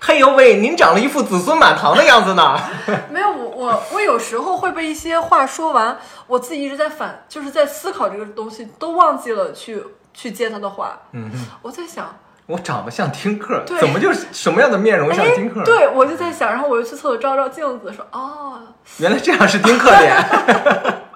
嘿呦喂，您长了一副子孙满堂的样子呢。
没有，我我我有时候会被一些话说完，我自己一直在反，就是在思考这个东西，都忘记了去去接他的话。
嗯，
我在想，
我长得像丁克，
对
怎么就是什么样的面容像
哎
丁克？，
对我就在想，然后我又去厕所照照镜子，说哦，
原来这样是丁克脸。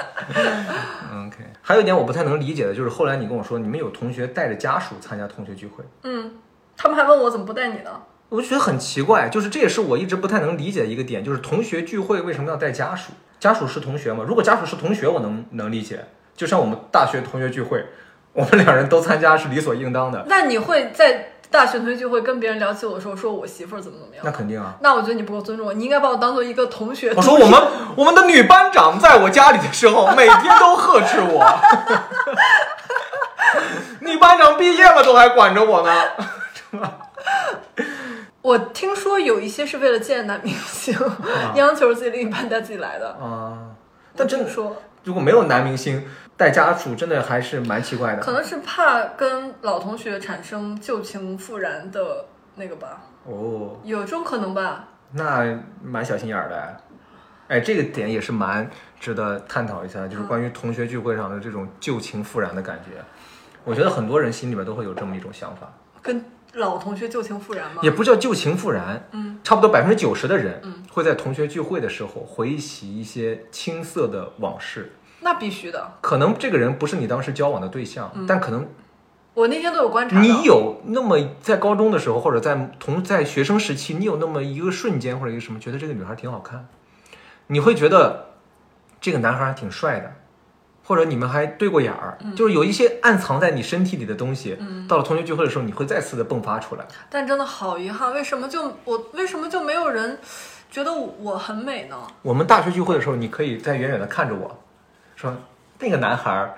OK，还嗯有一点我不太能理解的就是，后来你跟我说你们有同学带着家属参加同学聚会，
嗯，他们还问我怎么不带你呢？
我就觉得很奇怪，就是这也是我一直不太能理解的一个点，就是同学聚会为什么要带家属？家属是同学吗？如果家属是同学，我能能理解。就像我们大学同学聚会，我们两人都参加是理所应当的，
那你会在大学同学聚会跟别人聊起我的时候，说我媳妇儿怎么怎么样
那？肯定啊。
那我觉得你不够尊重我，你应该把我当做一个同学。
我说我们我们的女班长在我家里的时候，每天都呵斥我。 女班长毕业了都还管着我呢。
我听说有一些是为了见男明星，央求自己另一半带自己来的。
啊，但啊真
听
的，
说
如果没有男明星带家属，真的还是蛮奇怪的。
可能是怕跟老同学产生旧情复燃的那个吧，
哦，
有这种可能吧？
那蛮小心眼儿的哎。哎，这个点也是蛮值得探讨一下，
嗯
就是关于同学聚会上的这种旧情复燃的感觉。我觉得很多人心里面都会有这么一种想法，
跟老同学旧情复燃吗
也？不叫旧情复燃，
嗯，
差不多百分之九十的人
嗯
会在同学聚会的时候回忆起一些青涩的往事。
那必须的。
可能这个人不是你当时交往的对象，
嗯
但可能
我那天都有观察到，
你有那么在高中的时候，或者在同在学生时期，你有那么一个瞬间或者一个什么，觉得这个女孩挺好看，你会觉得这个男孩还挺帅的，或者你们还对过眼儿，
嗯
就是有一些暗藏在你身体里的东西，到了同学聚会的时候，你会再次的迸发出来。
但真的好遗憾，为什么就我为什么就没有人觉得我很美呢？
我们大学聚会的时候，你可以在远远的看着我，说那个男孩儿，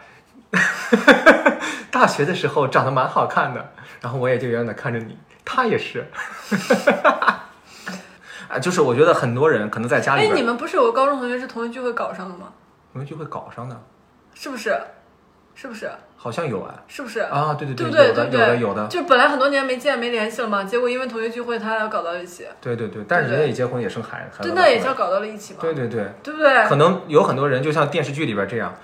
大学的时候长得蛮好看的，然后我也就远远的看着你，他也是。 啊，就是我觉得很多人可能在家里
哎，
边，
你们不是有个高中同学是同学聚会搞上的吗？
同学聚会搞上的，
是不是？是不是？
好像有哎。
是不是？
啊，对对
对不
有
对？
的
对不
有
对？
的有的，
就本来很多年没见没联系了嘛，结果因为同学聚会，他俩搞到一起，
对对对，但是
对
人家也结婚也生孩子，
真
孩
的
子
也叫搞到了一起嘛，
对对对，
对不对？
可能有很多人就像电视剧里边这样，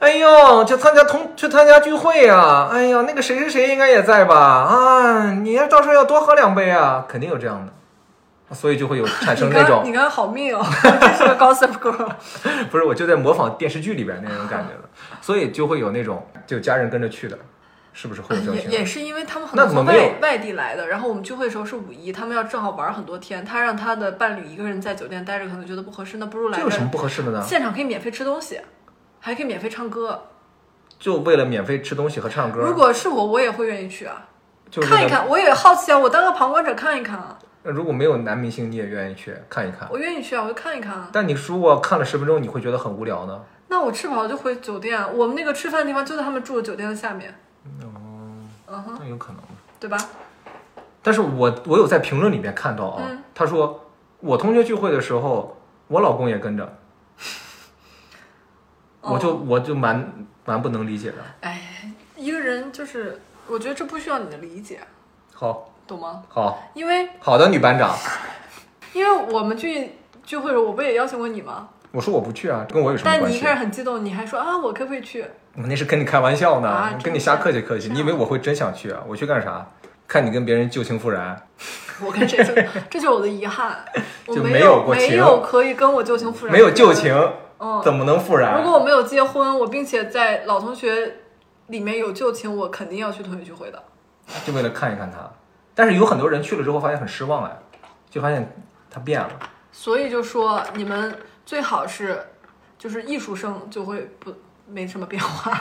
哎呦，去参加同去参加聚会呀、哎呀，那个谁谁谁应该也在吧？啊，你要到时候要多喝两杯啊，肯定有这样的，所以就会有产生
你
那
看，
种
你看好命哦， 这是个 gossip girl。
不是，我就在模仿电视剧里边那种感觉了，所以就会有那种就家人跟着去的，是不是会有这种
也
情
啊也
况？
是因为他们很
那
多
怎
从
么没有
外外地来的，然后我们聚会的时候是五一，他们要正好玩很多天，他让他的伴侣一个人在酒店待着，可能觉得不合适，那不如来
这有什么不合适的呢？
现场可以免费吃东西，还可以免费唱歌。
就为了免费吃东西和唱歌，
如果是我，我也会愿意去啊，
嗯就是为
看
了
一，看，我也好奇啊，我当个旁观者看一看啊，
如果没有男明星，你也愿意去看一看。
我愿意去啊，我就看一看啊。
但你如果看了十分钟，你会觉得很无聊呢？
那我吃饱了就回酒店啊，我们那个吃饭的地方就在他们住的酒店的下面，
哦
嗯哼，
那有可能。
对吧？
但是我我有在评论里面看到啊，
嗯
他说我同学聚会的时候，我老公也跟着，
哦
我就我就蛮蛮不能理解的。
哎，一个人就是，我觉得这不需要你的理解，
好，
懂吗？
好，
因为
好的，女班长，
因为我们去聚会的时候，我不也邀请过你吗？
我说我不去啊，跟我有什么
但
关
你一
系
开？始很激动，你还说啊，我可不可以去？
我那是跟你开玩笑呢，
啊真的
跟你瞎客气客气。
这样
你以为我会真想去啊？我去干啥？看你跟别人旧情复燃，
我跟谁 去？这就是我的遗憾，我
就
没
没有
有
过情
没有可以跟我旧情复燃，
没有旧情，啊
嗯，
怎么能复燃？
如果我没有结婚，我并且在老同学里面有旧情，我肯定要去同学聚会的。
就为了看一看他。但是有很多人去了之后发现很失望哎，就发现他变了。
所以就说你们最好是，就是艺术生就会不没什么 变化。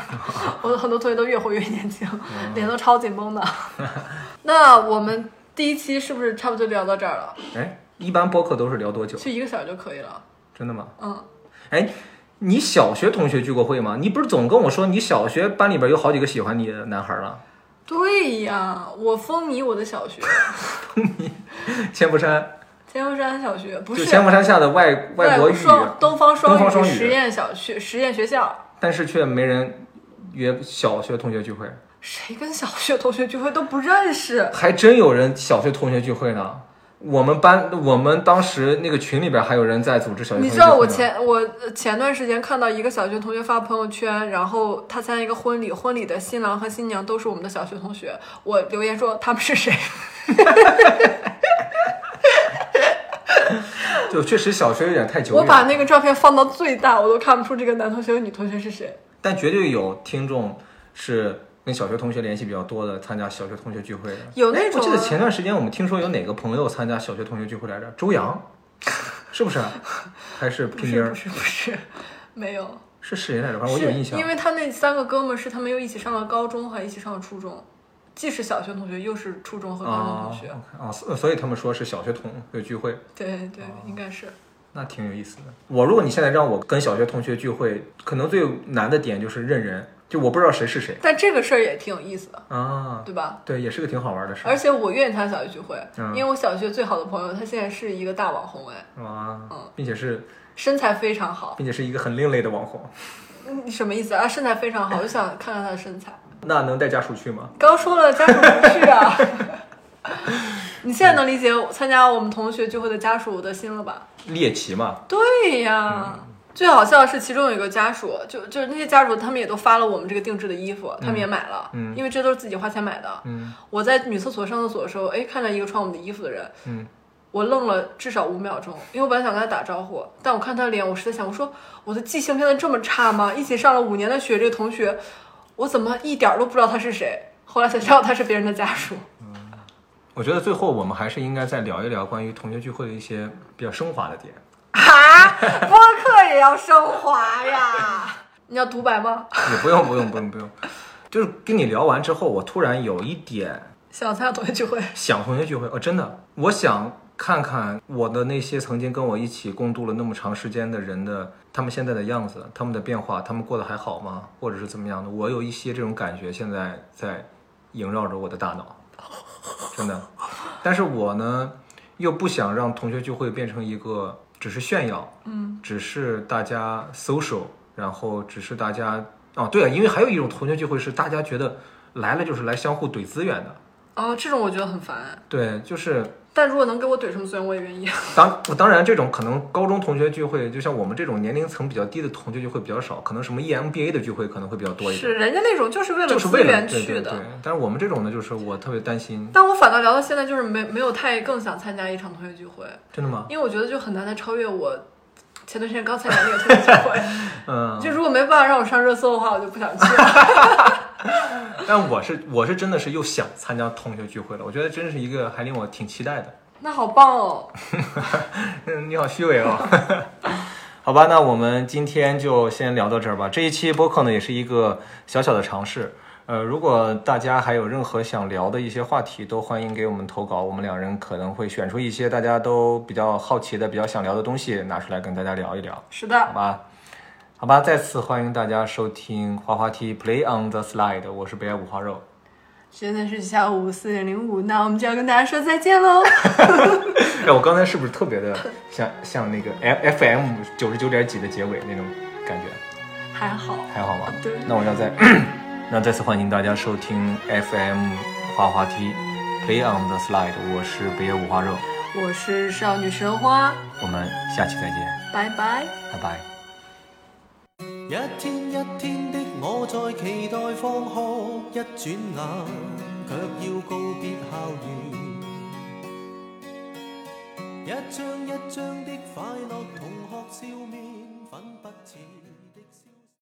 我的很多同学都越活越年轻，
嗯
脸都超 紧绷的。那我们第一期是不是差不多就聊到这儿了？
哎，一般播客都是聊多久？
就一个小时就可以了。
真的吗？
嗯，
哎，你小学同学聚过会吗？你不是总跟我说你小学班里边有好几个喜欢你的男孩了？
对呀，我风靡我的小学，
千佛山
千佛山小学不
就是千佛山下的外外国
国
语，
双东方
东方双
语
语
实验小学实验学校。
但是却没人约小学同学聚会。
谁跟小学同学聚会都不认识，
还真有人小学同学聚会呢。我们班我们当时那个群里边还有人在组织小学同学聚会呢。
你知道我前我前段时间看到一个小学同学发朋友圈，然后他参加一个婚礼，婚礼的新郎和新娘都是我们的小学同学。我留言说他们是谁？
就确实小学有点太久远
我
了。
把那个照片放到最大，我都看不出这个男同学和女同学是谁。
但绝对有听众是跟小学同学联系比较多的，参加小学同学聚会的。
有那
哎我
种啊
记得前段时间我们听说有哪个朋友参加小学同学聚会来着？周 洋，是不是？还是
不
拼音
是
儿
不？是不是，没有。
是是谁来着？啊反正我有
是
印象。
因为他那三个哥们儿是他们又一起上了高中，还一起上了初中，既是小学同学，又是初中和高中
啊
同学。
啊，所所以他们说是小学同学聚会，
对对，
哦
应该是。
那挺有意思的。我如果你现在让我跟小学同学聚会，可能最难的点就是认人，就我不知道谁是谁
但这个事儿也挺有意思的，
啊。
对吧？
对，也是个挺好玩的事
而
儿。
且我愿意参加小学聚会，
嗯
因为我小学最好的朋友，他现在是一个大网红，哎，
啊
嗯，
并且是，
身材非常好。
并且是一个很另类的网红。
嗯你什么意思啊？身材非常好，我就想看看他的身材。
那能带家属去吗？
刚说了家属不去啊， 你现在能理解我参加我们同学聚会的家属的心了吧？
猎奇嘛，
对呀，
嗯
最好笑的是其中有一个家属，就就是那些家属，他们也都发了我们这个定制的衣服，他们也买了，
嗯
因为这都是自己花钱买的。
嗯
我在女厕所上厕所的时候，哎，看到一个穿我们的衣服的人，
嗯，
我愣了至少五秒钟，因为我本来想跟他打招呼，但我看他的脸，我实在想，我说我的记性变得这么差吗？一起上了五年的学，这个同学，我怎么一点儿都不知道他是谁？后来才知道他是别人的家 属。
我觉得最后我们还是应该再聊一聊关于同学聚会的一些比较升华的点。
啊，播客也要升华呀！你要独白吗？
也不用不用不用不用，就是跟你聊完之后，我突然有一点
想参加同学聚会。
想同学聚会哦，真的，我想看看我的那些曾经跟我一起共度了那么长时间的人的他们现在的样子，他们的变化，他们过得还好吗？或者是怎么样的？我有一些这种感觉，现在在萦绕着我的大脑，真的。但是我呢，又不想让同学聚会变成一个只是炫耀，
嗯，
只是大家 social，然后只是大家哦，对啊，因为还有一种同学聚会是大家觉得来了就是来相互怼资源的，
哦，这种我觉得很烦。
对，就是
但如果能给我怼什么资源，我也愿意。
当当然这种可能高中同学聚会，就像我们这种年龄层比较低的同学聚会比较少，可能什么 E EMBA 的聚会可能会比较多一点，
是人家那种就是为了
就是
资
为了
源
对
去
对
的。
对，但是我们这种呢，就是我特别担心，
但我反倒聊到现在，就是没没有太更想参加一场同学聚会，
真的吗？
因为我觉得就很难再超越我前段时间刚参加那个同学聚 会。
嗯，
就如果没办法让我上热搜的话，我就不想去了。
但我是我是真的是又想参加同学聚会了，我觉得真是一个还令我挺期待的。
那好棒哦！
嗯， 你好虚伪哦。好吧，那我们今天就先聊到这儿吧。这一期播客呢，也是一个小小的尝试。呃，如果大家还有任何想聊的一些话题，都欢迎给我们投稿，我们两人可能会选出一些大家都比较好奇的、比较想聊的东西，拿出来跟大家聊一聊，
是
好
的，
吧？好吧，再次欢迎大家收听滑滑梯 Play on the Slide，我是北爱五花肉。
现在是下午四点零五，那我们就要跟大家说再见喽。
哎，我刚才是不是特别的像像那个 F FM 九十九点几的结尾那种感觉？
还好，
还好吗？
对
那我要再， 那再次欢迎大家收听 FM 滑滑梯 Play on the Slide，我是北野五花肉，
我是少女神花，
我们下期再见，
拜拜。
拜拜。
一天一天的我在期待放學，一轉眼卻要告別校園。一張一張的快樂同學笑面，粉筆似。